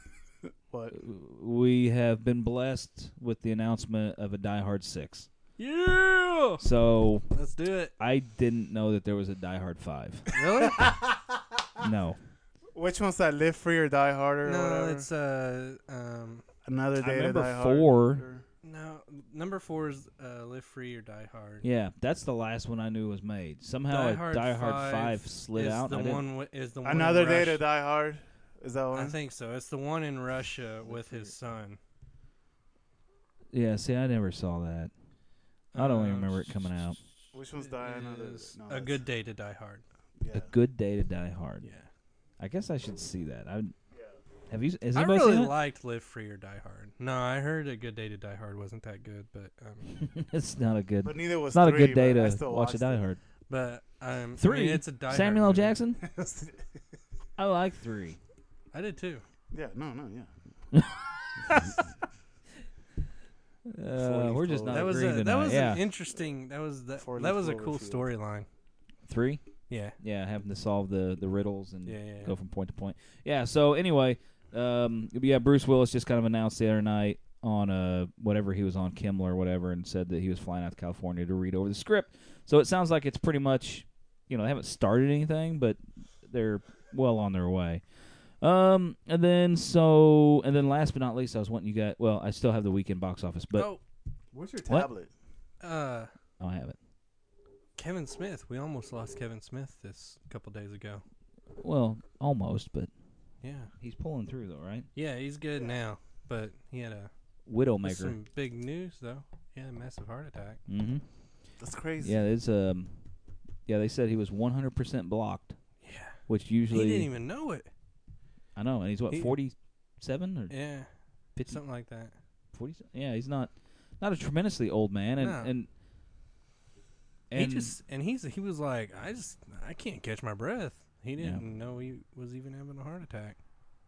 What?
We have been blessed with the announcement of a Die Hard six.
Yeah.
So
Let's do it.
I didn't know that there was a Die Hard five.
Really?
No,
Which one's that? Live Free or Die Harder? or
no,
whatever?
it's uh um
another
I
day to
remember
die
four.
hard. Or-
no number four is uh, Live Free or Die Hard.
yeah, that's the last one I knew was made. Somehow
Die
a
Hard
Die Hard
5
five slid
is
out.
The
I didn't-
one wi- is the one in
Another day to
Russia.
die hard. Is that one?
I think so. It's the one in Russia with his son.
Yeah, see, I never saw that. I don't even
Um,
remember it coming out.
Which one's die another?
is
no,
a
that's-
good day to die hard.
Yeah.
A Good Day to Die Hard.
Yeah,
I guess I should see that. I have you. Has
I
anybody
really
seen it?
liked Live Free or Die Hard. No, I heard a good day to die hard wasn't that good, but um,
it's not a good.
But neither was
It's not
three,
a good day
but I
to
still
watch a
watched
Die
it.
Hard.
but um, I
Three.
mean, it's a die
Samuel L.
hard movie.
Jackson. I like three.
I did too.
yeah. No. No. Yeah.
Uh, we're just not
that was a,
agreeing
that
tonight.
was
yeah,
an interesting. That was that.
Four
that
leaf
was a cool
Cloverfield.
storyline.
three.
Yeah.
Yeah, having to solve the the riddles and
Yeah, yeah,
Mm. go
yeah.
from point to point. Yeah. So anyway, um, yeah, Bruce Willis just kind of announced the other night on uh whatever he was on Kimmel or whatever, and said that he was flying out to California to read over the script. So it sounds like it's pretty much, you know, they haven't started anything, but they're well on their way. Um, and then so, and then last but not least, I was wanting you guys. Well, I still have the weekend box office, but
Where's your
What?
tablet?
oh, uh,
I don't have it.
Kevin Smith. We almost lost Kevin Smith this couple days ago.
Well, almost, but
Yeah.
he's pulling through though, right?
Yeah, he's good now, but he had a there's
Widowmaker.
some big news though. He had a massive heart attack.
Mm-hmm.
That's crazy.
Yeah, it's um, yeah. They said he was 100% blocked,
Yeah.
which
He
usually
didn't even know it.
I know, and he's what
he-
47 or
Yeah.
50,
Something like that.
40 Yeah, he's not not a tremendously old man, and
No.
and, and
he just and he's he was like, I just I can't catch my breath. He
Yeah.
didn't know he was even having a heart attack.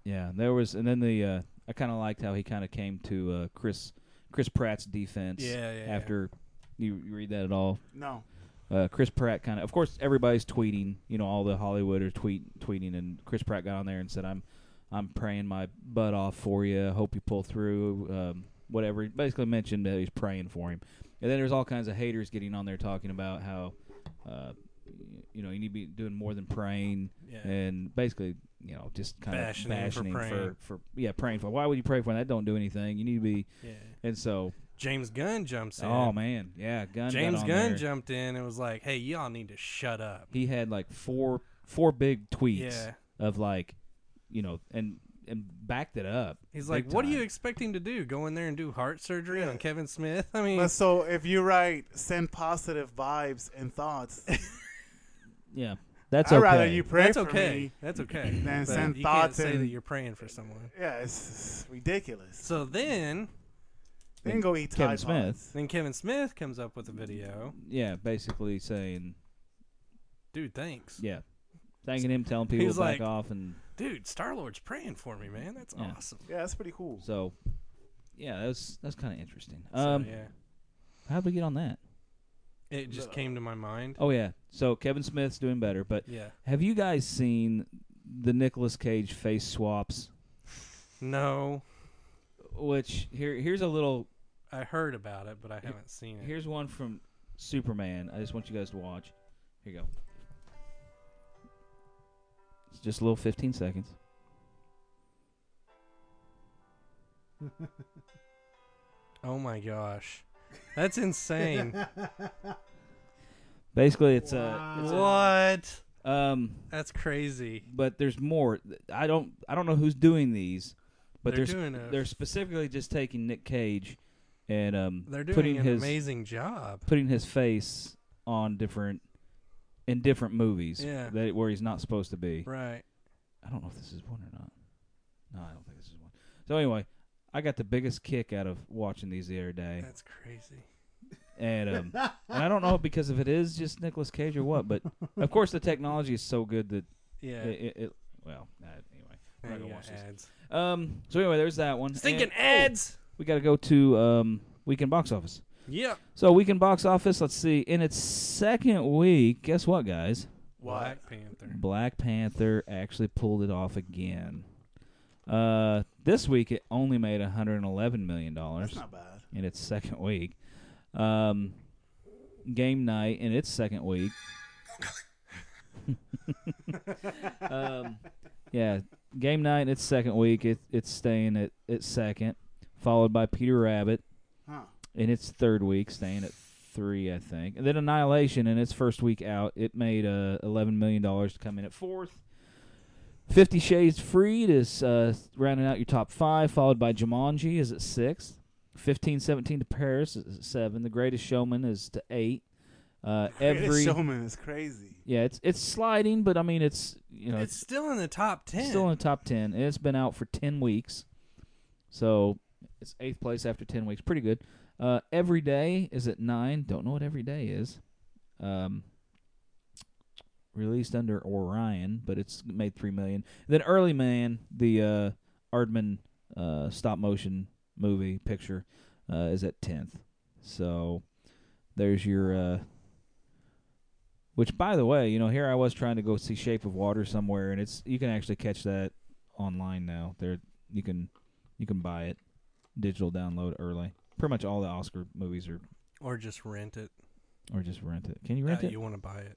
yeah, there was, and then the uh, I kind of liked how he kind of came to uh, Chris Chris Pratt's defense.
Yeah, yeah, yeah.
After you, you read that at all,
No.
uh, Chris Pratt kind of, of course, everybody's tweeting. You know, all the Hollywood are tweet tweeting, and Chris Pratt got on there and said, "I'm, I'm praying my butt off for you. Hope you pull through." Um, whatever. He basically mentioned that he's praying for him, and then there's all kinds of haters getting on there talking about how, uh, you know, you need to be doing more than praying
Yeah.
and basically, you know, just kind
Bashing
of
him
bashing
for
him
praying.
for, for yeah, praying for. Why would you pray for that? Don't do anything. You need to be
yeah.
and so
James Gunn jumps in.
oh man, yeah, gun got
James
on
Gunn
there.
jumped in and was like, "Hey, y'all need to shut up."
he had like four four big tweets
Yeah.
of like, you know, and and backed it up.
He's
big
like, "What do you
time.
expect him to do? Go in there and do heart surgery on Kevin Smith?" I mean,
But so if you write, send positive vibes and thoughts.
Yeah, that's
I'd
okay.
rather you pray
that's
for
okay.
me.
That's okay.
Then
But
send
you can't
thoughts
say that
and-
you're praying for someone.
Yeah, it's, it's ridiculous.
So then,
Then go eat
Kevin
Tide
Smith.
Pods.
then Kevin Smith comes up with a video.
yeah, basically saying
Dude, thanks.
yeah, thanking him, telling people
He's
to back
like-
off, and
Dude, Star Lord's praying for me, man. That's
Yeah.
awesome.
Yeah, that's pretty cool.
so yeah, that's that's kind of interesting.
So,
Um,
yeah, uh,
how'd we get on that?
it just came to my mind.
Oh yeah, so Kevin Smith's doing better, but
Yeah.
have you guys seen the Nicolas Cage face swaps?
No,
Which here here's a little
I heard about it, but I haven't seen it.
Here's one from Superman. I just want you guys to watch. Here you go. It's just a little 15 seconds.
Oh my gosh, that's insane.
Basically, it's
what?
uh, um,
That's crazy.
but there's more. I don't I don't know who's doing these, but
They're
they're
doing a-
they're specifically just taking Nick Cage and um
They're doing
putting
an
his
amazing job.
putting his face on different in different movies
Yeah.
that where he's not supposed to be.
Right.
I don't know if this is one or not. No, I don't think this is one. So anyway, I got the biggest kick out of watching these the other day,
That's crazy.
and um, and I don't know because if it is just Nicolas Cage or what, but of course the technology is so good that
Yeah.
it, it, it well uh, anyway.
Now
I'm not
you
gonna
got
watch this.
ads.
Um. So anyway, there's that one.
Stinking
And- oh,
ads.
we got to go to um weekend box office.
Yep.
So weekend box office. Let's see. In its second week, guess what, guys?
What?
Black Panther.
Black Panther actually pulled it off again. Uh, this week it only made 111 million
That's
dollars
not bad.
in its second week. Um, game night in its second week. um, yeah, game night in its second week. It, it's staying at its second, followed by Peter Rabbit
Huh.
in its third week, staying at three, I think. And then Annihilation in its first week out, it made uh, eleven million dollars to come in at fourth. Fifty Shades Freed is uh, rounding out your top five, followed by Jumanji is at sixth. Fifteen Seventeen to Paris is at seven. The Greatest Showman is to eight. Uh,
Greatest
every
showman is crazy.
yeah, it's it's sliding, but I mean it's you know
It's still in the top ten.
Still in the top ten. And it's been out for ten weeks, so it's eighth place after ten weeks. Pretty good. Uh, every day is at nine. Don't know what every day is. Um, released under Orion, but it's made three million. Then Early Man, the uh, Ardman uh, stop motion movie picture, uh, is at tenth. So there's your. Uh, which, by the way, you know, here I was trying to go see Shape of Water somewhere, and it's you can actually catch that online now. There, you can you can buy it, digital download early. Pretty much all the Oscar movies are,
or just rent it.
or just rent it. Can you rent
Uh,
it?
You want to buy it?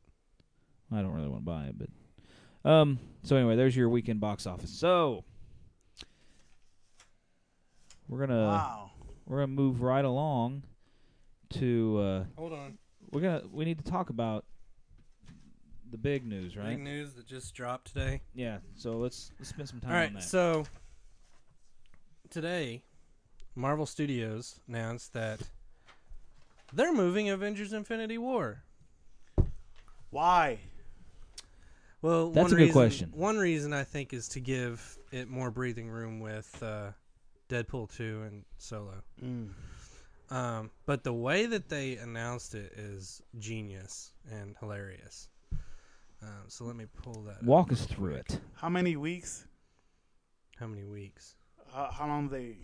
I don't really want to buy it, but um. So anyway, there's your weekend box office. So we're gonna
wow.
we're gonna move right along to uh,
Hold on.
we're gonna we need to talk about the big news, right?
Big news that just dropped today.
Yeah, so let's, let's spend some time
All
on
right.
that.
So today, Marvel Studios announced that they're moving Avengers: Infinity War.
Why?
Well,
That's
one
a good
reason,
question.
One reason I think is to give it more breathing room with uh, Deadpool two and Solo.
Mm.
Um, but the way that they announced it is genius and hilarious. Um, so let me pull that. up
Walk
real
us through
quick.
it.
How many weeks?
How many weeks?
How, how long they?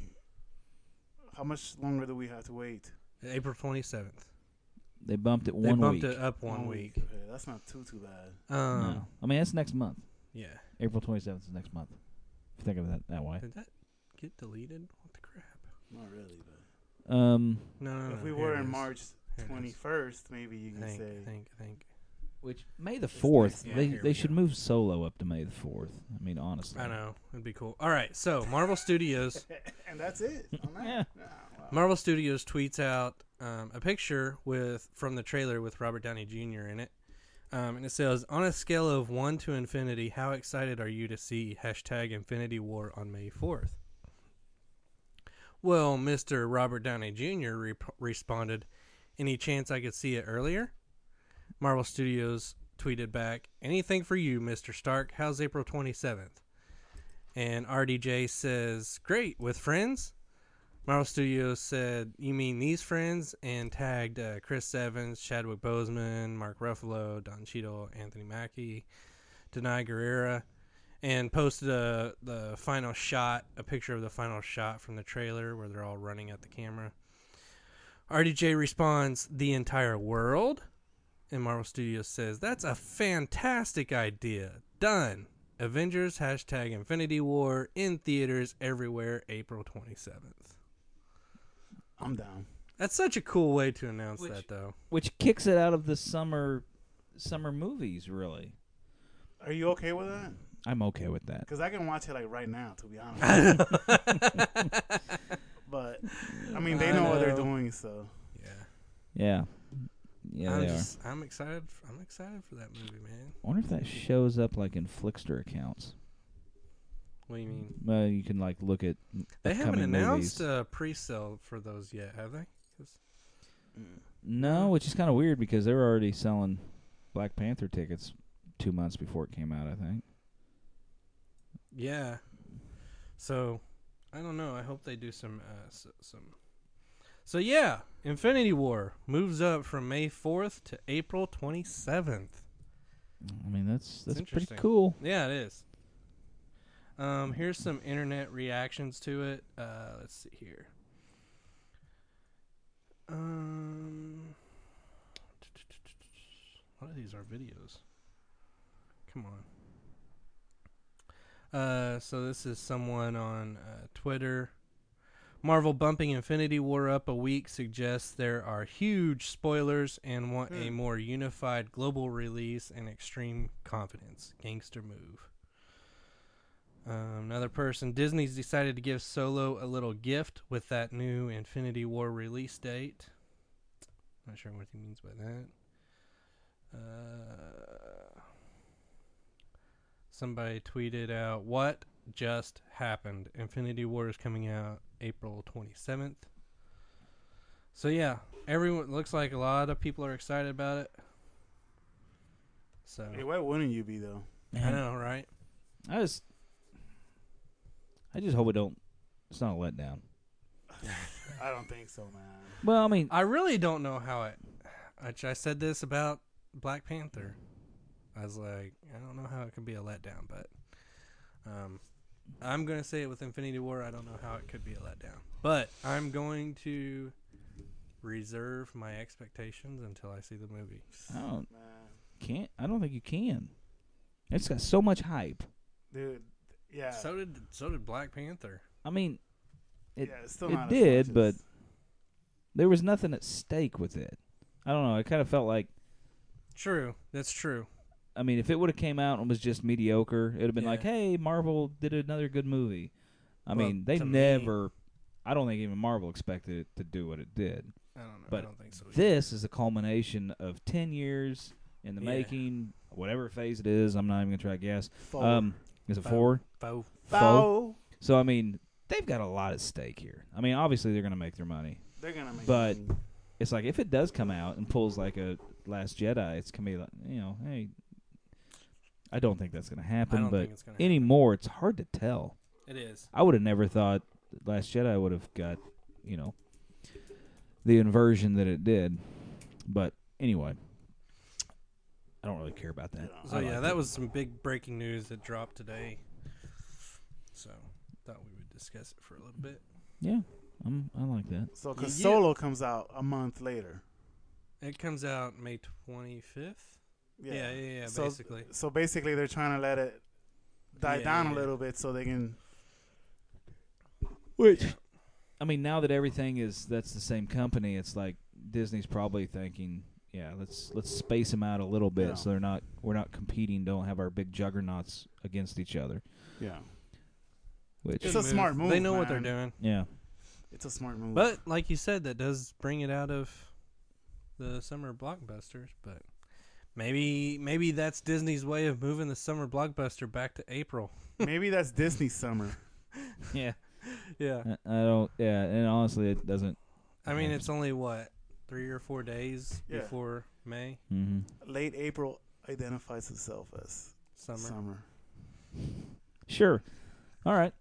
How much longer do we have to wait?
April twenty seventh.
They bumped it
They
one
bumped
week.
it uh, up one week.
Okay, that's not too too bad.
No.
Um,
I mean, that's next month.
yeah.
April 27th is next month. If you think of it that, that way.
Did that get deleted? What the crap?
Not really, but
Um,
No, no, no.
if we
here
were
Oh, it
in
is.
March
Here it is.
twenty first, maybe you
I
can
think,
say
I think, I think.
Which May the
next
fourth,
year.
they
Here
they
we
should
go.
move Solo up to May the fourth. I mean, honestly,
I know it'd be cool. All right, so Marvel Studios,
and that's it. on that.
Yeah.
Ah, wow.
Marvel Studios tweets out um, a picture with from the trailer with Robert Downey Jr. in it, um, and it says, "On a scale of one to infinity, how excited are you to see hashtag Infinity War on May 4th? Well, Mister Robert Downey Jr. Re- responded, "Any chance I could see it earlier?" Marvel Studios tweeted back, "Anything for you, Mister Stark. How's April 27th?" And RDJ says, "Great with friends." Marvel Studios said, "You mean these friends?" and tagged uh, Chris Evans, Chadwick Boseman, Mark Ruffalo, Don Cheadle, Anthony Mackie, Denai Guerrera, and posted a, the final shot, a picture of the final shot from the trailer where they're all running at the camera. RDJ responds, "The entire world," and Marvel Studios says, "That's a fantastic idea. Done." Avengers hashtag Infinity War in theaters everywhere April twenty seventh.
I'm down.
That's such a cool way to announce
Which-
that, though.
which kicks it out of the summer summer movies. Really,
Are you okay with that?
I'm okay with that.
Because I can watch it like right now, to be honest. but I mean, they
I
know, what they're
know.
doing, so
Yeah,
Yeah, yeah,
I'm
they are.
just, I'm excited. f- I'm excited for that movie, man.
I wonder if that shows up like in Flickster accounts.
What do you mean?
Well, you can like look at. m-
They haven't
upcoming
announced
movies.
a pre-sale for those yet, have they? 'Cause-
no, which is kind of weird because they were already selling Black Panther tickets two months before it came out. I think.
yeah. So, I don't know. I hope they do some uh, s- some. So yeah, Infinity War moves up from May fourth to April twenty seventh.
I mean, that's that's pretty
interesting.
cool.
Yeah, it is. Um, here's some internet reactions to it. Uh, let's see here. Um, a lot of these are videos. Come on. Uh, so this is someone on uh, Twitter. Marvel bumping Infinity War up a week suggests there are huge spoilers and want a
Hmm.
more unified global release and extreme confidence. Gangster move. Um, another person, Disney's decided to give Solo a little gift with that new Infinity War release date. Not sure what he means by that. Uh, somebody tweeted out, "What just happened? Infinity War is coming out April 27th." So yeah, everyone looks like a lot of people are excited about it. So
hey, why wouldn't you be though?
I know, right?
I just, I just hope it don't. It's not a letdown.
I don't think so, man.
Well, I mean,
I really don't know how it. Which I said this about Black Panther. I was like, I don't know how it could be a letdown, but um, I'm gonna say it with Infinity War. I don't know how it could be a letdown, but I'm going to reserve my expectations until I see the movie.
I don't
Man,
can't. I don't think you can. It's got so much hype.
dude, yeah,
So did so did Black Panther.
I mean, it-
yeah, it's still
it
not as
did,
much
but-
as-
there was nothing at stake with it. I don't know. It kind of felt like.
True, that's true.
I mean, if it would have came out and was just mediocre, it'd have been like,
Yeah.
"Hey, Marvel did another good movie." I
Well,
mean, they
to me-
never. I don't think even Marvel expected it to do what it did.
I don't know.
But
I don't think so. either.
This is the culmination of ten years in the
Yeah.
making, whatever phase it is. I'm not even gonna try to guess.
Four.
Um, is it
Fo-
four?
Bo-
Fo-
Four.
So I mean, they've got a lot at stake here. I mean, obviously they're gonna make their money.
They're gonna make.
but-
money.
It's like if it does come out and pulls like a Last Jedi, it's gonna be like you know, hey. I don't think that's gonna
I
happen,
don't
but
think it's gonna. happen.
anymore, it's hard to tell.
It is.
I would have never thought Last Jedi would have got, you know, the inversion that it did. But anyway, I don't really care about that.
So
I
yeah,
liked
that
it.
was some big breaking news that dropped today. So thought we would discuss it for a little bit.
yeah. I'm, I like that.
So, because
Yeah.
Solo comes out a month later.
It comes out May twenty fifth. Yeah, yeah, yeah.
So-
basically,
So basically, they're trying to let it die
Yeah,
down
yeah.
a little bit so they can.
Which, I mean, now that everything is that's the same company, it's like Disney's probably thinking, yeah, let's let's space them out a little bit
Yeah.
so they're not we're not competing. Don't have our big juggernauts against each other.
Yeah,
Which
It's a smart move,
They know what they're
man.
doing.
yeah,
it's a smart move.
But like you said, that does bring it out of the summer blockbusters. But maybe maybe that's Disney's way of moving the summer blockbuster back to April.
maybe that's Disney summer.
yeah.
Yeah,
I I don't. Yeah, and honestly, it doesn't.
I mean
Yeah.
it's only what three or four days
Yeah.
before May
Mm-hmm.
Late April identifies itself as
summer.
summer.
Sure. All right.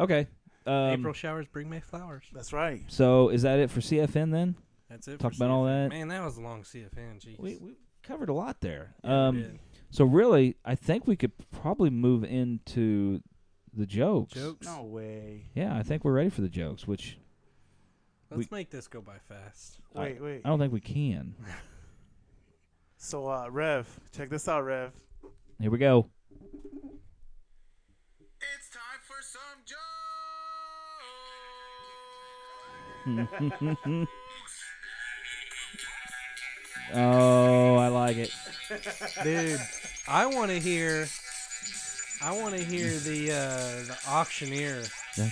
Okay. Um,
April showers bring May flowers.
That's right.
So is that it for CFN then?
That's it.
Talk
for
about all
CFN.
that.
Man, that was a long CFN. Jeez.
We we covered a lot there.
Yeah, we
um,
did.
so really, I think we could probably move into the jokes.
jokes.
No way.
Yeah, I think we're ready for the jokes, which
Let's make this go by fast.
I-
Wait, wait.
I don't think we can.
So, uh, Rev, check this out, Rev.
Here we go.
It's time for some jokes.
Oh, I like it.
Dude, I want to hear. I want to hear the uh, the auctioneer. The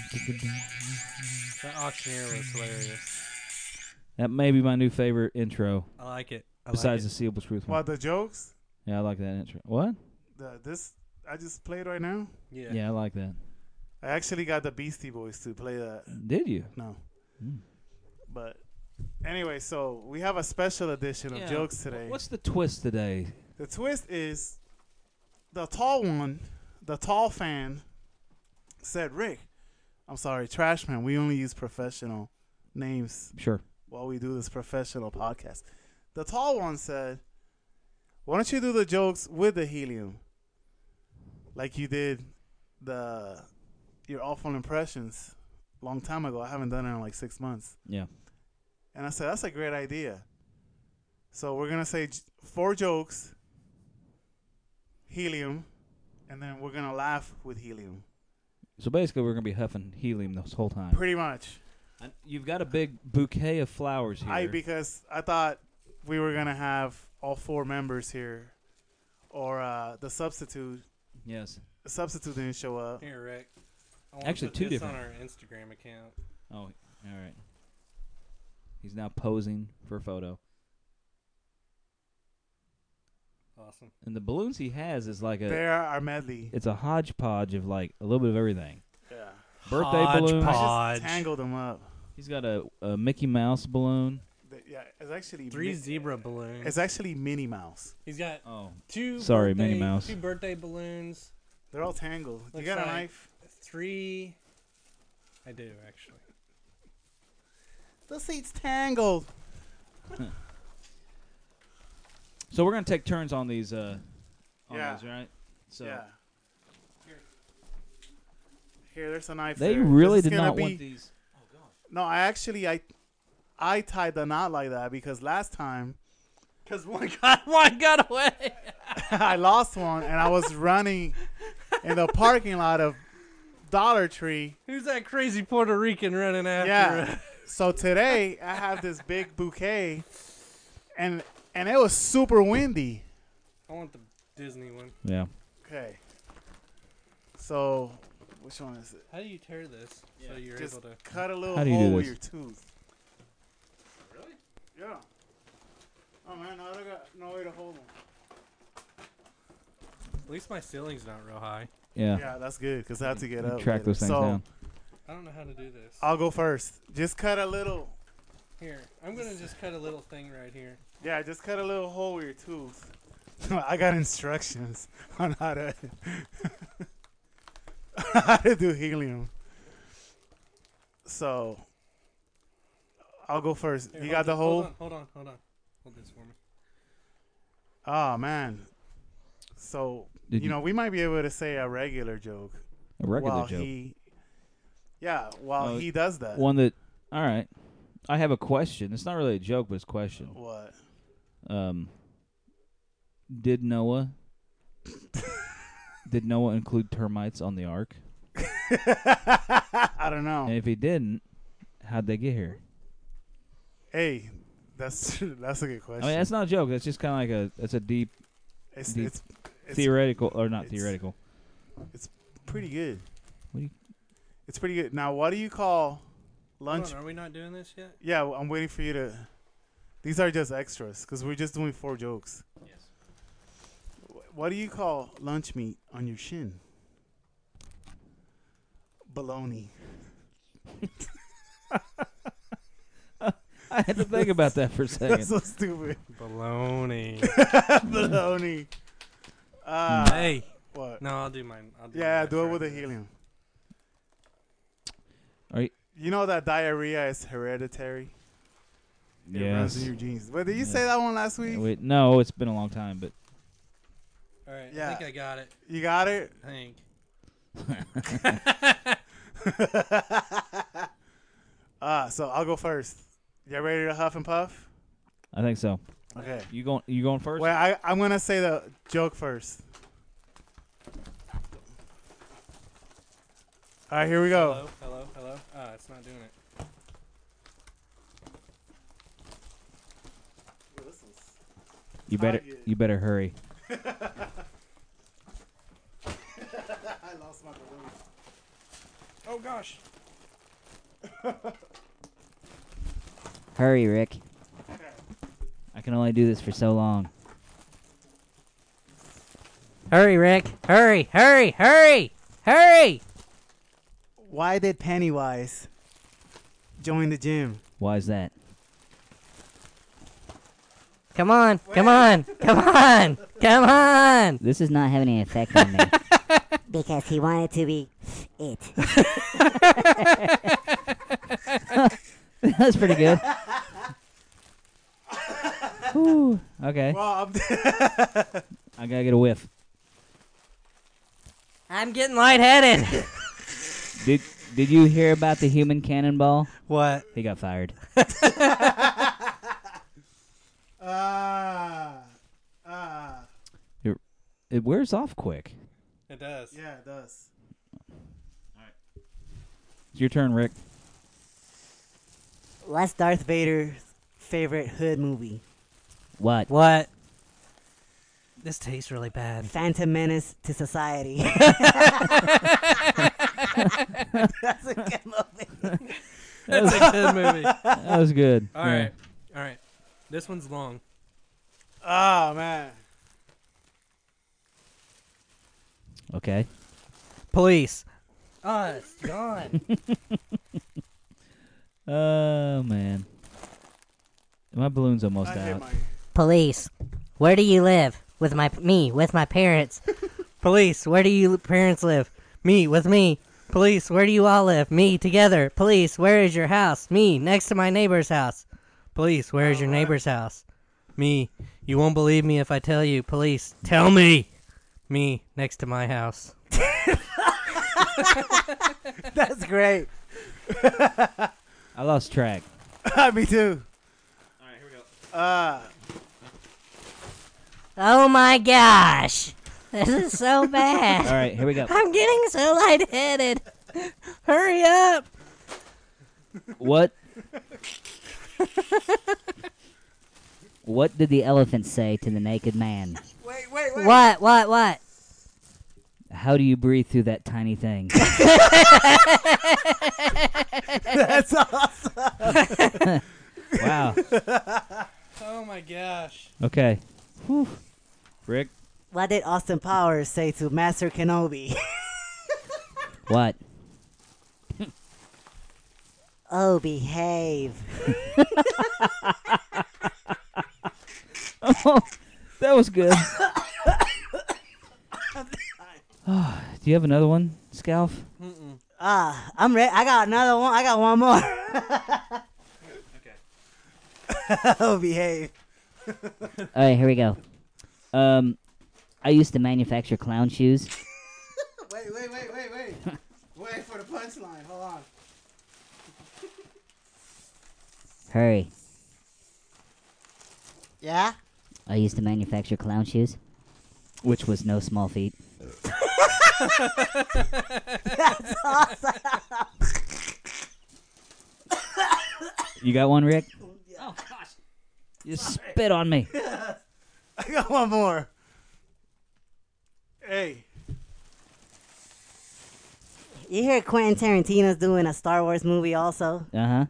auctioneer was hilarious.
That may be my new favorite intro,
I like it. I
besides
like
the Seeable Truth one.
What the jokes?
Yeah, I like that intro. What?
The this I just played right now.
it. yeah.
Yeah, I like that.
I actually got the Beastie Boys to play that.
Did you?
No.
Hmm.
But anyway, so we have a special edition of
Yeah.
jokes today.
What's the twist today?
the twist is the tall one, the tall fan, said, Rick, I'm sorry, trash man, we only use professional names
Sure.
while we do this professional podcast. The tall one said, Why don't you do the jokes with the helium? Like you did the your awful impressions long time ago. I haven't done it in like six months.
Yeah.
And I said, That's a great idea. So we're gonna say j- four jokes, helium, and then we're gonna laugh with helium.
So basically, we're gonna be huffing helium this whole time.
Pretty much.
And You've got a big bouquet of flowers here.
I because I thought we were gonna have all four members here, or uh, the substitute.
yes.
The substitute didn't show up.
Here, Rick. I wanna
Actually,
put
two
this
different-
on our Instagram account.
Oh, all right. He's now posing for a photo,
Awesome.
and the balloons he has is like a
There are medley.
it's a hodgepodge of like a little bit of everything.
Yeah.
Birthday
Hodgepodge.
balloons.
I
Hodge.
just tangled them up.
He's got a, a Mickey Mouse balloon.
Th- Yeah, it's actually
Three
Mi-
zebra balloons.
It's actually Minnie Mouse.
He's got
Oh,
two.
Sorry,
birthday,
Minnie Mouse.
Two birthday balloons.
They're all tangled. you
Looks
got a
like-
knife?
Three. I do actually.
The seat's tangled.
so we're gonna take turns on these. Uh, on
Yeah.
these, right? So
Yeah. Here, there's a knife.
they
there.
really
This is
did
gonna
not want
be-
these.
No, I actually I, I tied the knot like that because last time
Cause one got one got away.
I lost one and I was running in the parking lot of Dollar Tree.
Who's that crazy Puerto Rican running after?
Yeah. So today I have this big bouquet and and it was super windy.
I want the Disney one.
Yeah.
Okay. So which one is it?
How do you tear this so you're
Just
able to?
cut a little
How do you do
hole with your
this?
tooth. Really? Yeah. Oh man, I don't got no way to hold them.
At least my ceiling's not real high.
Yeah.
Yeah, that's good because I have to get up.
Track
later.
those things
so
down.
I don't know how to do this.
I'll go first. Just cut a little.
Here, I'm gonna just cut a little thing right here.
Yeah, just cut a little hole with your tooth. I got instructions on how to how to do helium. So I'll go first.
Here,
you
hold
got the
this- hold
hole?
on, Hold on, hold on. Hold this for me.
Oh man. So
Did
you know we might be able to say a regular joke
A regular
while
joke.
he, uh, yeah, while
Oh,
he does that.
One that. All right. I have a question. It's not really a joke, but it's a question.
What?
Um, did Noah? did Noah include termites on the ark?
I don't know.
And if he didn't, how'd they get here?
Hey, That's that's a good
I
question.
mean, that's not a joke. That's just kind of like a that's a deep
it's,
the-
it's it's
theoretical or not
it's-
theoretical.
pretty good.
What do you-
It's pretty good. Now, what do you call
Hold
lunch?
on, are we not doing this yet?
Yeah, well, I'm waiting for you to. These are just extras because we're just doing four jokes.
Yes.
Wh- What do you call lunch meat on your shin? Baloney.
I had to think about that for a
That's
second.
so stupid.
Baloney.
Baloney. Uh,
hey.
Mm.
What?
No, I'll do mine. I'll do
Yeah,
mine
do it
after
with
I
a helium.
Are you-
You know that diarrhea is hereditary. It runs in
yes.
your genes. But did you say
Yes.
that one last week?
Wait, no, it's been a long time, but
All right. I
Yeah.
think I got it.
You got it.
I think.
uh, so I'll go first. Y'all ready to huff and puff?
I think so.
Okay.
You going? You going first?
Well, I, I'm gonna say the joke first. All right, here we go.
Hello, hello, hello. Ah, it's not doing it.
you better.
uh,
You better hurry.
I lost my balloon.
Oh gosh.
Hurry, Rick. I can only do this for so long. Hurry, Rick. Hurry, hurry, hurry, hurry.
Why did Pennywise join the gym?
Why is that?
Come on, come on, come on, come on. This is not having any effect on me.
because he wanted to be it.
That's pretty good.
Whew, okay,
Well, Oh, I'm
I gotta get a whiff.
I'm getting lightheaded.
Did Did you hear about the human cannonball?
What?
He got fired.
ah ah
It wears off quick.
It does.
yeah, it does.
It's your turn, Rick.
What's Darth Vader's favorite hood movie?
What?
What? This tastes really bad.
Phantom Menace to Society. That's a good movie.
That's a good movie. All
That was good. All
right. All right. This one's long.
Ah man.
Okay.
Police.
Ah, it's gone.
Oh man, my balloon's almost
I hit
out.
my.
Police. Where do you live? With my me, with my parents.
Police. Where do you parents live? Me with me. Police. Where do you all live? Me together. Police. Where is your house? Me next to my neighbor's house. Police. Where is your neighbor's house? Me. You won't believe me if I tell you. Police. Tell me. Me next to my house.
That's great.
I lost track.
Me too.
All right, here we go.
Ah.
Oh my gosh. This is so bad.
All right, here we go.
I'm getting so lightheaded. Hurry up.
What?
What did the elephant say to the naked man?
Wait, wait, wait.
What, what, what?
How do you breathe through that tiny thing?
That's awesome.
Wow.
Oh my gosh.
Okay. Rick,
What did Austin Powers say to Master Kenobi?
What?
oh, behave.
that was good. Do you have another one, Scalf?
Mm-mm.
Ah, I'm ready. I got another one. I got one more.
Okay.
oh, behave.
All right, here we go. Um, I used to manufacture clown shoes.
Wait, wait, wait, wait, wait. wait for the punchline. Hold on.
Hurry.
Yeah?
I used to manufacture clown shoes, which was no small feat.
You got one, Rick?
Oh gosh.
You spit on me.
I got one more. Hey,
You hear Quentin Tarantino's doing a Star Wars movie also?
Uh
Uh-huh.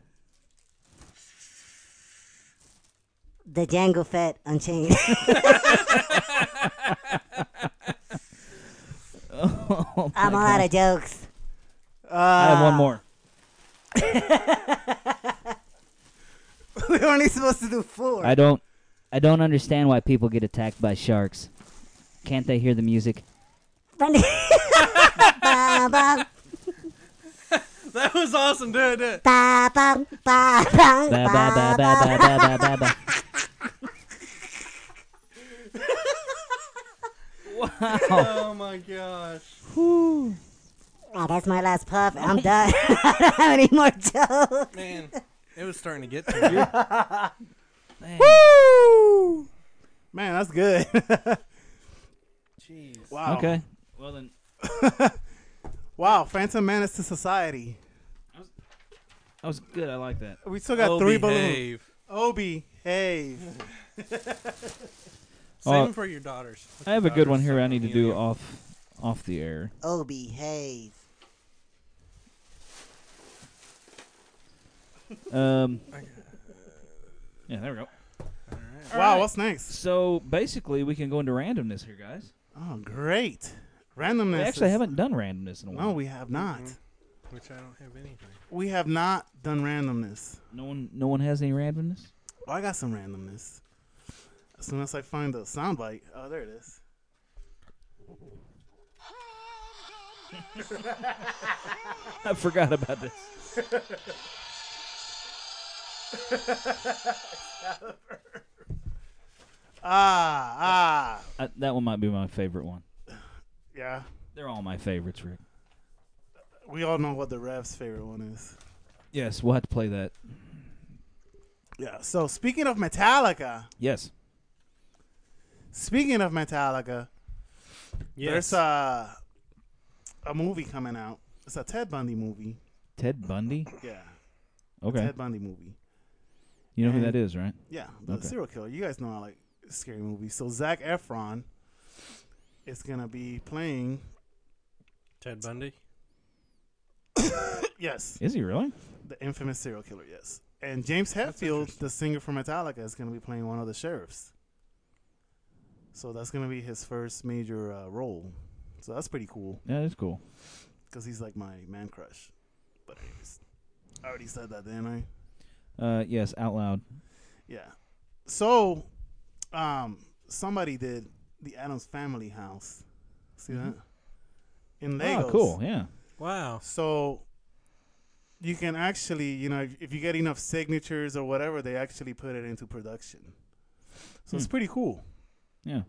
huh.
The Django Fett Unchained. I'm all out of jokes.
I have one more.
we're only supposed to do four.
I don't I don't understand why people get attacked by sharks. Can't they hear the music?
Funny. ba, ba,
That was awesome. Do it, do it.
ba, ba, ba, ba,
Ba ba ba ba ba ba ba ba ba.
Oh my gosh.
Oh, that's my last puff. I'm done. I don't have any more jokes.
Man, it was starting to get to me.
Man, that's good.
Jeez.
wow.
Okay. Oh. Well then,
Wow, Phantom Menace to Society.
that was good. I like that.
We still got three balloons.
behave.
Obi, hey.
Same
Uh,
for your daughters. Let
I have a
your
good one
daughters
here.
suck
I
on
need to
you
do
again.
off off the air.
Oh, behave.
Um. Yeah, there we go.
wow, what's next?
So basically, we can go into randomness here, guys.
Oh, great. Randomness.
We actually
is-
haven't done randomness in a while.
No, we have not.
Which I don't have anything.
We have not done randomness.
No one, no one has any randomness.
Oh, I got some randomness. As soon as I find the soundbite. Oh, there it is.
I forgot about this.
Ah, ah.
I, Uh, that one might be my favorite one.
Yeah.
They're all my favorites, Rick.
We all know what the Rev's favorite one is.
Yes, we'll have to play that.
Yeah. So, speaking of Metallica,
Yes.
speaking of Metallica, there's
uh,
a, a movie coming out. It's a Ted Bundy movie.
Ted Bundy.
Yeah.
Okay.
Ted Bundy movie.
You know who that is, right?
Yeah, the
Okay.
serial killer. You guys know I like scary movies. So Zach Efron is gonna be playing.
Ted Bundy.
Yes,
Is he really?
the infamous serial killer. Yes, and James Hetfield, the singer from Metallica, is gonna be playing one of the sheriffs. So that's gonna be his first major uh, role. So that's pretty cool
Yeah, that's cool.
because he's like my man crush. But anyways, I already said that, didn't I?
Uh, yes, out loud.
Yeah. So, um, somebody did the Adams Family House. See that? In Legos.
Oh, Mm-hmm. cool. Yeah.
Wow.
So, you can actually, you know, if, if you get enough signatures or whatever, they actually put it into production. So it's pretty cool.
Hmm. Yeah.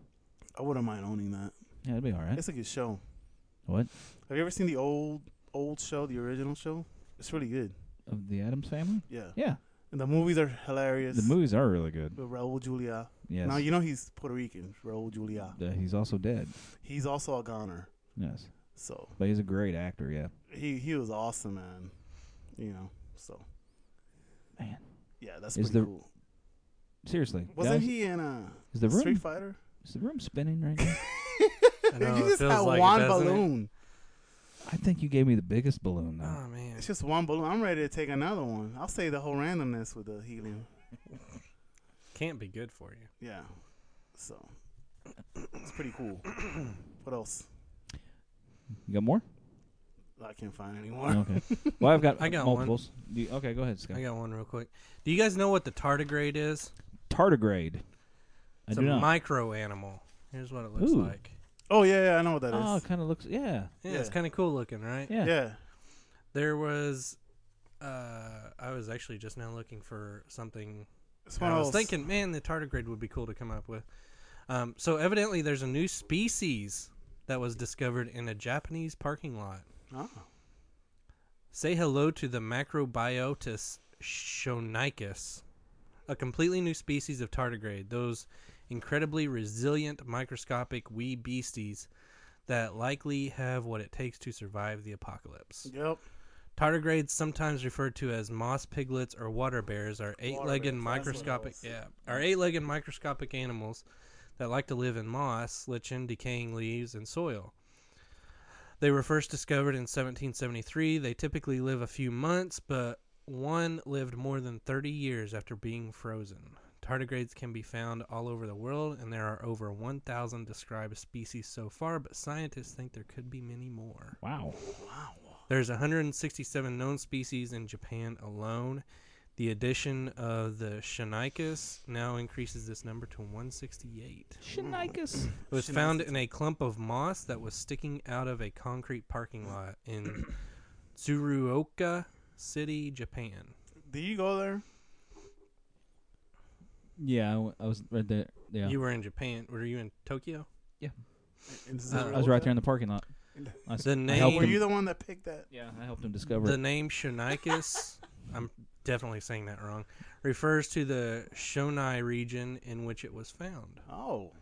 I wouldn't mind owning that.
Yeah, that'd be all right.
It's a good show.
What
Have you ever seen the old old show, the original show? It's really good.
of the Adams family?
Yeah.
Yeah,
And the movies are hilarious.
the movies are really good.
with Raul Julia.
Yes.
Now you know he's Puerto Rican, Raul Julia.
Uh, he's also dead.
He's also a goner.
Yes,
So
but he's a great actor. Yeah.
he he was awesome, man. You know, so
Man.
yeah, that's
Is
pretty
the-
cool.
Seriously.
Wasn't
guys,
he in a
Is the room
Street Fighter?
is the room spinning right now?
I
Dude,
know,
you
it
just
feels
had
like it,
one
doesn't it?
balloon.
I think you gave me the biggest balloon though.
Oh man.
It's just one balloon. I'm ready to take another one. I'll say the whole randomness with the helium.
Can't be good for you.
Yeah, so it's pretty cool. what else?
You got more?
I can't find anymore.
Okay. Well, I've got,
I got one.
multiples. Do you- okay, go ahead, Scott.
I got one real quick. Do you guys know what the tardigrade is?
Tardigrade. I
It's
do
a
not.
micro animal. Here's what it looks
Ooh.
like.
Oh yeah, yeah, I know what that is.
oh, it kind of looks. Yeah.
Yeah, it's
Yeah.
kind of cool looking, right?
Yeah.
yeah.
There was. Uh, I was actually just now looking for something.
It's one
I
of
was
those-
thinking, man, the tardigrade would be cool to come up with. Um, so evidently, there's a new species that was discovered in a Japanese parking lot.
Oh.
Say hello to the Macrobiotis shonicus, a completely new species of tardigrade, those incredibly resilient microscopic wee beasties that likely have what it takes to survive the apocalypse.
Yep.
Tardigrades, sometimes referred to as moss piglets or water bears, are eight-legged
bears, that's what it
microscopic
was.
yeah are eight-legged microscopic animals that like to live in moss, lichen, decaying leaves, and soil. They were first discovered in 1773. They typically live a few months, but one lived more than 30 years after being frozen. Tardigrades can be found all over the world, and there are over 1,000 described species so far, but scientists think there could be many more.
Wow.
There's 167 known species in Japan alone. The addition of the Shenicus now increases this number to 168.
Shinikus.
It was found in a clump of moss that was sticking out of a concrete parking lot in Tsuruoka City, Japan.
Do you go there?
Yeah, I w- I was right there. Yeah,
You were in Japan. Were you in Tokyo?
In this
Uh,
I was right there in the parking lot. I, s-
The
I helped
Were
him.
you the one that picked that?
yeah, I helped him discover.
The
it.
name Shonicus, I'm definitely saying that wrong, refers to the Shonai region in which it was found.
Oh,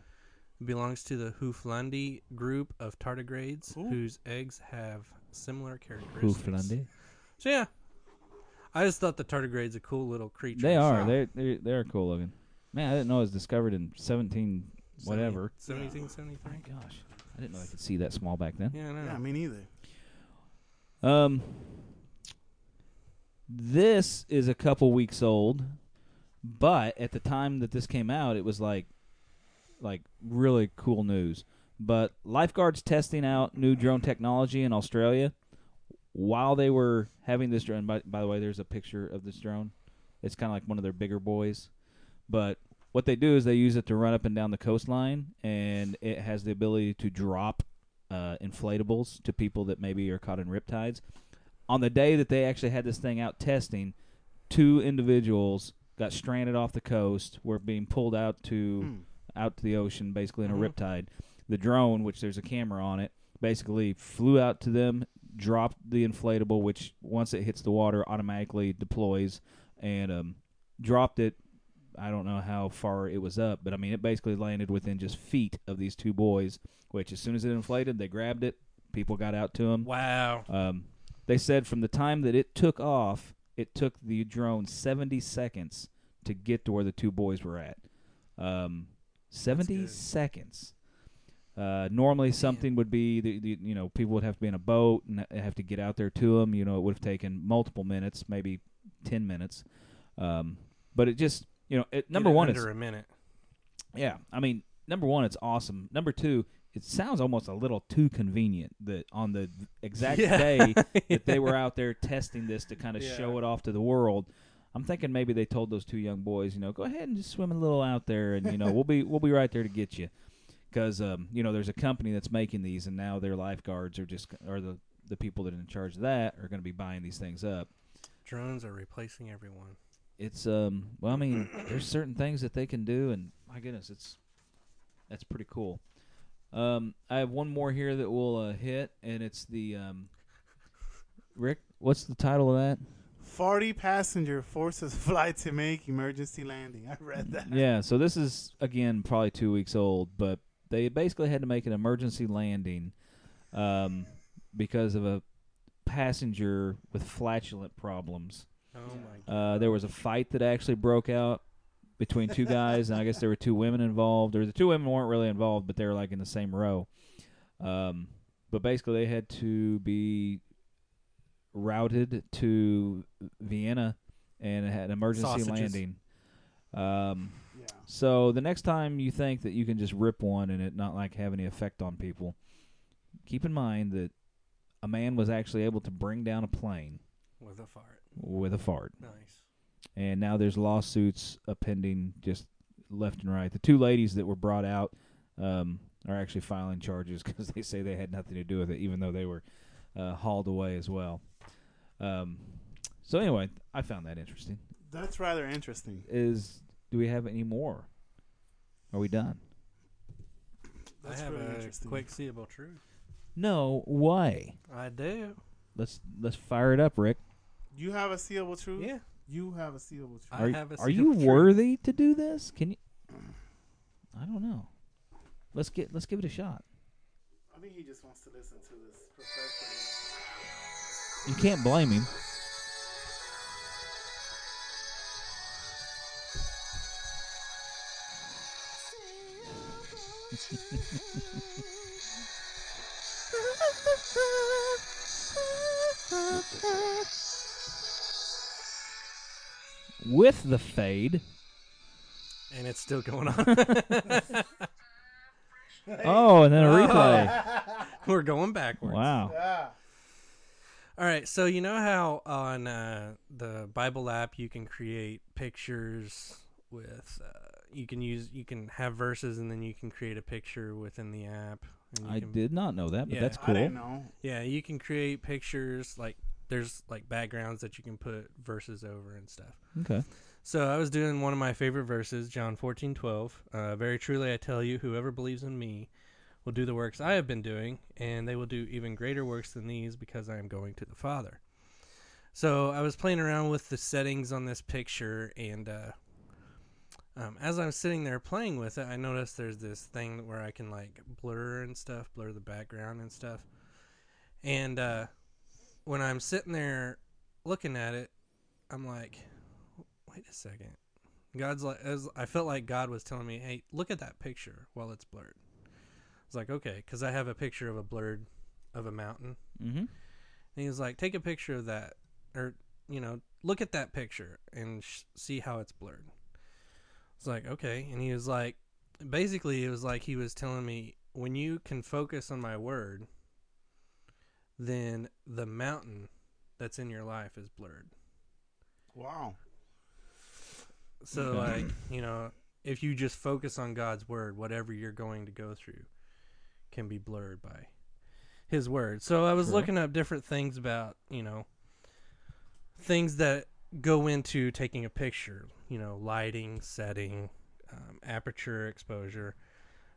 belongs to the Hooflandi group of tardigrades
Ooh.
whose eggs have similar characteristics.
Hooflandi.
So yeah. I just thought the tardigrade's a cool little creature.
They are.
So-
They they they are cool looking. Man, I didn't know it was discovered in seventeen whatever.
1773.
My gosh, I didn't know I could see that small back then.
Yeah, I know.
yeah, me neither.
Um, this is a couple weeks old, but at the time that this came out, it was like, like really cool news. But lifeguards testing out new drone technology in Australia while they were having this drone. By, by the way, there's a picture of this drone. It's kind of like one of their bigger boys, but what they do is they use it to run up and down the coastline, and it has the ability to drop uh, inflatables to people that maybe are caught in riptides. On the day that they actually had this thing out testing, two individuals got stranded off the coast, were being pulled out to out to the ocean, basically in a
Mhm.
riptide. The drone, which there's a camera on it, basically flew out to them, dropped the inflatable, which once it hits the water, automatically deploys, and um, dropped it. I don't know how far it was up, but I mean, it basically landed within just feet of these two boys. Which, as soon as it inflated, they grabbed it. People got out to them.
Wow.
Um, they said from the time that it took off, it took the drone 70 seconds to get to where the two boys were at. Um, 70
good.
seconds. Uh, normally, something would be the, the you know people would have to be in a boat and have to get out there to them. You know, it would have taken multiple minutes, maybe 10 minutes. Um, but it just you know it, number
Get it
one, it's
under a minute.
yeah, I mean, number one, it's awesome. Number two, it sounds almost a little too convenient that on the exact
Yeah.
day that they were out there testing this to kind of
Yeah.
show it off to the world. I'm thinking maybe they told those two young boys, you know, go ahead and just swim a little out there, and you know, we'll be we'll be right there to get you, because um, you know, there's a company that's making these, and now their lifeguards are just or the the people that are in charge of that are going to be buying these things up.
Drones are replacing everyone.
It's um, well, I mean, there's certain things that they can do, and my goodness, it's that's pretty cool. Um, I have one more here that we'll uh, hit, and it's the um, Rick. What's the title of that?
Forty passenger forces flight to make emergency landing. I read that.
yeah, so this is again probably two weeks old, but they basically had to make an emergency landing um, because of a passenger with flatulent problems.
Oh my god.
Uh, there was a fight that actually broke out between two guys, and I guess there were two women involved. Or the two women weren't really involved, but they were like in the same row. Um, but basically, they had to be routed to Vienna and had an emergency
Sausages.
landing. Um,
Yeah.
so the next time you think that you can just rip one and it not like have any effect on people, keep in mind that a man was actually able to bring down a plane
With a fart.
with a fart
Nice.
and now there's lawsuits appending just left and right. The two ladies that were brought out um, are actually filing charges because they say they had nothing to do with it, even though they were uh, hauled away as well. Um, so anyway, I found that interesting.
That's rather interesting.
Is do we have any more? Are we done?
That's
I have
really
a
interesting.
quick seeable truth.
No way.
I do.
Let's let's fire it up, Rick.
You have a seeable truth.
Yeah.
You have a seeable truth.
I
Are,
have a
are
seeable
you
truth.
worthy to do this? Can you? I don't know. Let's get let's give it a shot.
I think he just wants to listen to this professional.
You can't blame him. With the fade.
and it's still going on.
Oh, and then a replay.
We're going backwards.
Wow.
All right, so you know how on uh, the Bible app you can create pictures with uh, you can use you can have verses and then you can create a picture within the app. And you
I
can,
did not know that, but
Yeah,
that's
I
cool.
didn't know.
Yeah, you can create pictures like there's like backgrounds that you can put verses over and stuff.
Okay.
So I was doing one of my favorite verses, John fourteen twelve. Uh, Very truly I tell you, whoever believes in me will do the works I have been doing, and they will do even greater works than these because I am going to the Father. So I was playing around with the settings on this picture, and uh, um, as I'm sitting there playing with it, I noticed there's this thing where I can like blur and stuff, blur the background and stuff. And uh, when I'm sitting there looking at it, I'm like, wait a second. God's like, as I felt like God was telling me, hey, look at that picture while it's blurred. I was like, okay, because I have a picture of a blurred, of a mountain.
Mm-hmm.
And he was like, take a picture of that, or, you know, look at that picture and sh- see how it's blurred. It's like, okay. And he was like, basically, it was like he was telling me, when you can focus on my word, then the mountain that's in your life is blurred.
Wow.
So,
Okay.
like, you know, if you just focus on God's word, whatever you're going to go through can be blurred by his word. So, I was
Sure.
looking up different things about, you know, things that go into taking a picture, you know, lighting, setting, um, aperture, exposure,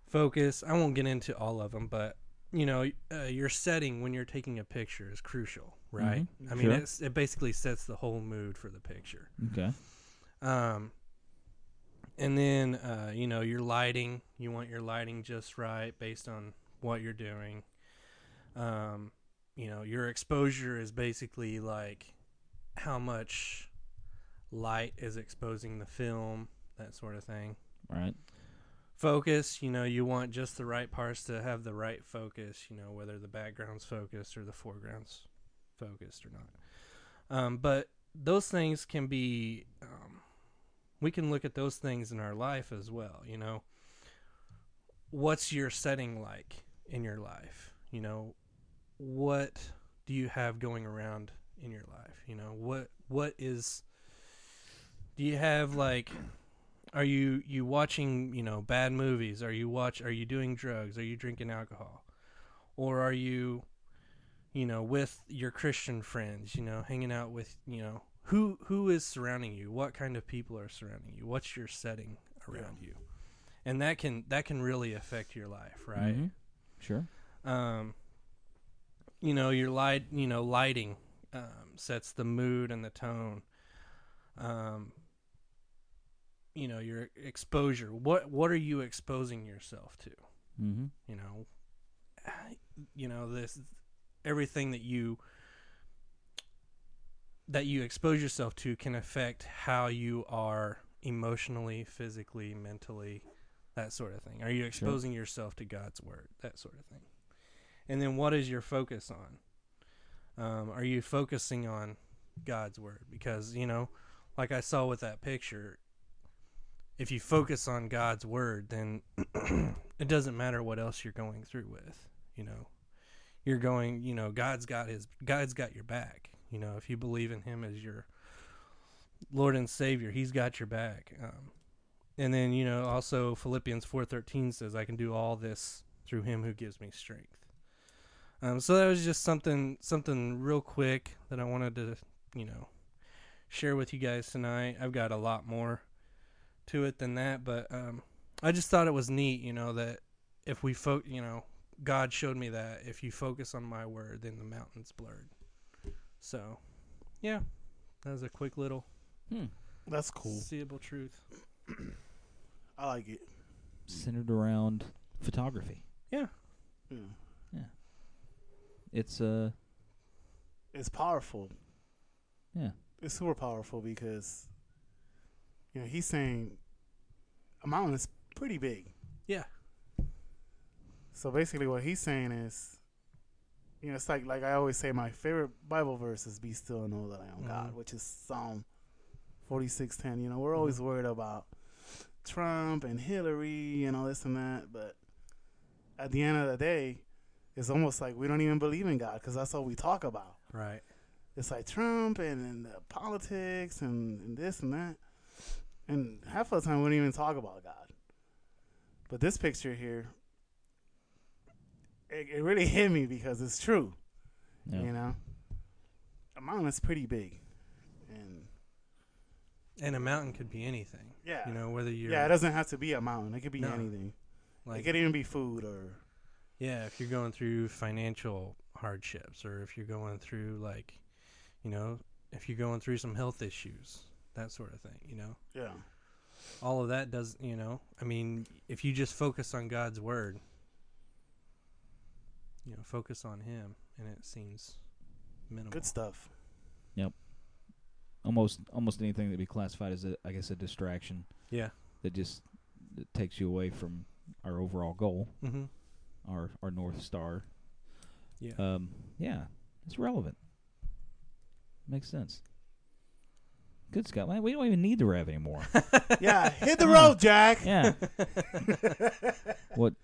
focus. I won't get into all of them, but, you know, uh, your setting when you're taking a picture is crucial, right? I mean,
Mm-hmm. Sure.
it's, it basically sets the whole mood for the picture.
Okay.
Um, and then uh, you know your lighting. You want your lighting just right based on what you're doing. Um, you know your exposure is basically like how much light is exposing the film, that sort of thing.
All right.
Focus, you know, you want just the right parts to have the right focus, you know, whether the background's focused or the foreground's focused or not. Um, but those things can be, um, we can look at those things in our life as well, you know. What's your setting like in your life? You know, what do you have going around in your life? You know, what, what is, do you have like, are you you watching you know bad movies are you watch are you doing drugs are you drinking alcohol or are you you know with your christian friends you know hanging out with you know who who is surrounding you what kind of people are surrounding you what's your setting around you and that can that can really affect your life right
Mhm. Sure.
um, you know your light you know lighting um, sets the mood and the tone um, you know your exposure what what are you exposing yourself to
Mm-hmm.
you know you know this everything that you that you expose yourself to can affect how you are emotionally physically mentally that sort of thing are you exposing yourself to god's word that sort of thing and then what is your focus on um, are you focusing on god's word because you know like i saw with that picture if you focus on god's word then it doesn't matter what else you're going through with you know you're going you know god's got his god's got your back you know if you believe in him as your lord and savior he's got your back um, and then you know also philippians 4.13 says i can do all this through him who gives me strength um, so that was just something something real quick that i wanted to you know share with you guys tonight i've got a lot more to it than that but um, I just thought it was neat, you know, that if we fo- you know, God showed me that if you focus on my word, then the mountain's blurred. So, yeah, that was a quick little
That's cool.
seeable truth.
I like it.
Centered around photography.
Yeah,
Yeah.
It's uh,
it's powerful.
Yeah.
It's super powerful because you know, he's saying a mountain is pretty big.
Yeah.
So basically what he's saying is you know, it's like like I always say my favorite Bible verse is be still and know that I am God,
Mhm.
which is Psalm forty six ten. You know, we're always worried about Trump and Hillary and all this and that, but at the end of the day, it's almost like we don't even believe in God because that's all we talk about
Right.
it's like Trump and, and the politics and, and this and that. And half of the time we don't even talk about God. But this picture here, it, it really hit me because it's true.
Yeah.
You know, a mountain is pretty big, and
And a mountain could be anything.
yeah,
You know, whether you're
yeah, it doesn't have to be a mountain. It could be
No.
anything. it
like
could even be food or
Yeah, if you're going through financial hardships or if you're going through like you know, if you're going through some health issues, that sort of thing, you know.
yeah,
All of that does, you know, I mean, if you just focus on God's word, you know, focus on him and it seems minimal.
good stuff.
Almost almost anything that would be classified as a I guess a distraction
Yeah.
that just that takes you away from our overall goal,
Mhm.
our our north star.
Yeah.
Um, yeah, it's relevant. Makes sense. Good Scott, man. We don't even need the rev anymore.
yeah, hit the road, Jack.
yeah. what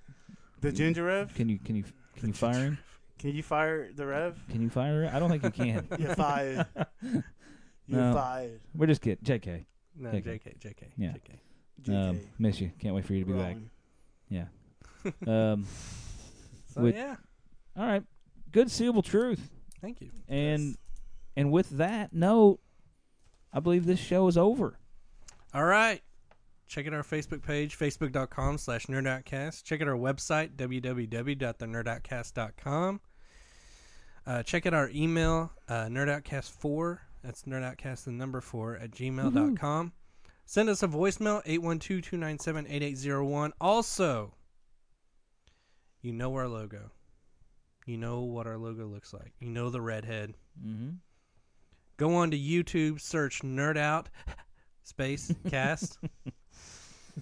The ginger rev.
can you can you can you fire him?
Can you fire the rev?
Can you fire? him? I don't think you can.
You're fired. You're
No.
fired.
We're just kidding. Jk.
No,
Okay.
JK, JK,
Yeah.
JK.
GK.
Um, miss you. Can't wait for you to be back.
Wrong.
Um,
So
With-
yeah,
all right. Good suitable truth.
thank you.
And
Yes.
and with that note, I believe this show is over.
All right. Check out our Facebook page, facebook.com slash nerdoutcast. Check out our website, www.thenerdoutcast.com. Uh, check out our email, uh, nerdoutcast4. That's nerdoutcast, the number 4, at gmail.com. com. Send us a voicemail, 812 297 8801. Also, you know our logo. You know what our logo looks like. You know the redhead
Mm-hmm.
go on to YouTube, search Nerd Out Space Cast,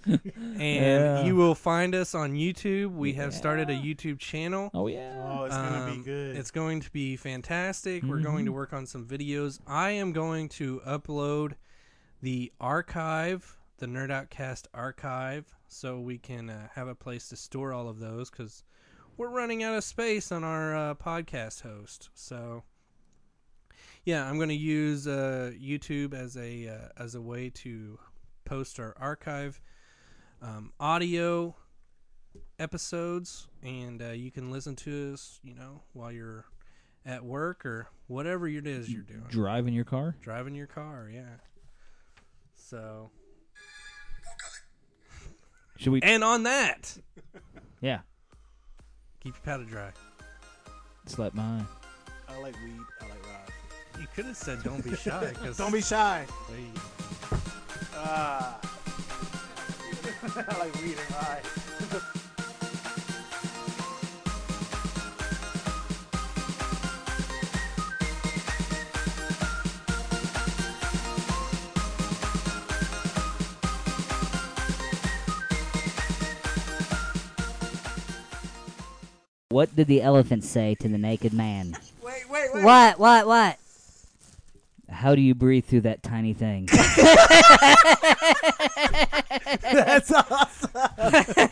and
Yeah.
you will find us on YouTube. We have started a
Yeah.
YouTube channel.
Oh yeah.
Oh, it's gonna be
Um,
good.
It's going to be fantastic. We're going to
Mhm.
work on some videos. I am going to upload the archive, the Nerd Outcast archive, so we can uh, have a place to store all of those because we're running out of space on our uh, podcast host. So, yeah, I'm going to use uh, YouTube as a uh, as a way to post our archive um, audio episodes and uh, you can listen to us you know while you're at work or whatever it is you're doing
Driving your car.
driving your car yeah so
Should we?
and on that
Yeah.
keep your powder dry
Slap mine.
I like weed. I like rock.
you could have said don't be shy because
Don't be shy.
be
Ah. I like weed and rock.
What did the elephant say to the naked man?
What? What? What?
How do you breathe through that tiny thing?
That's awesome.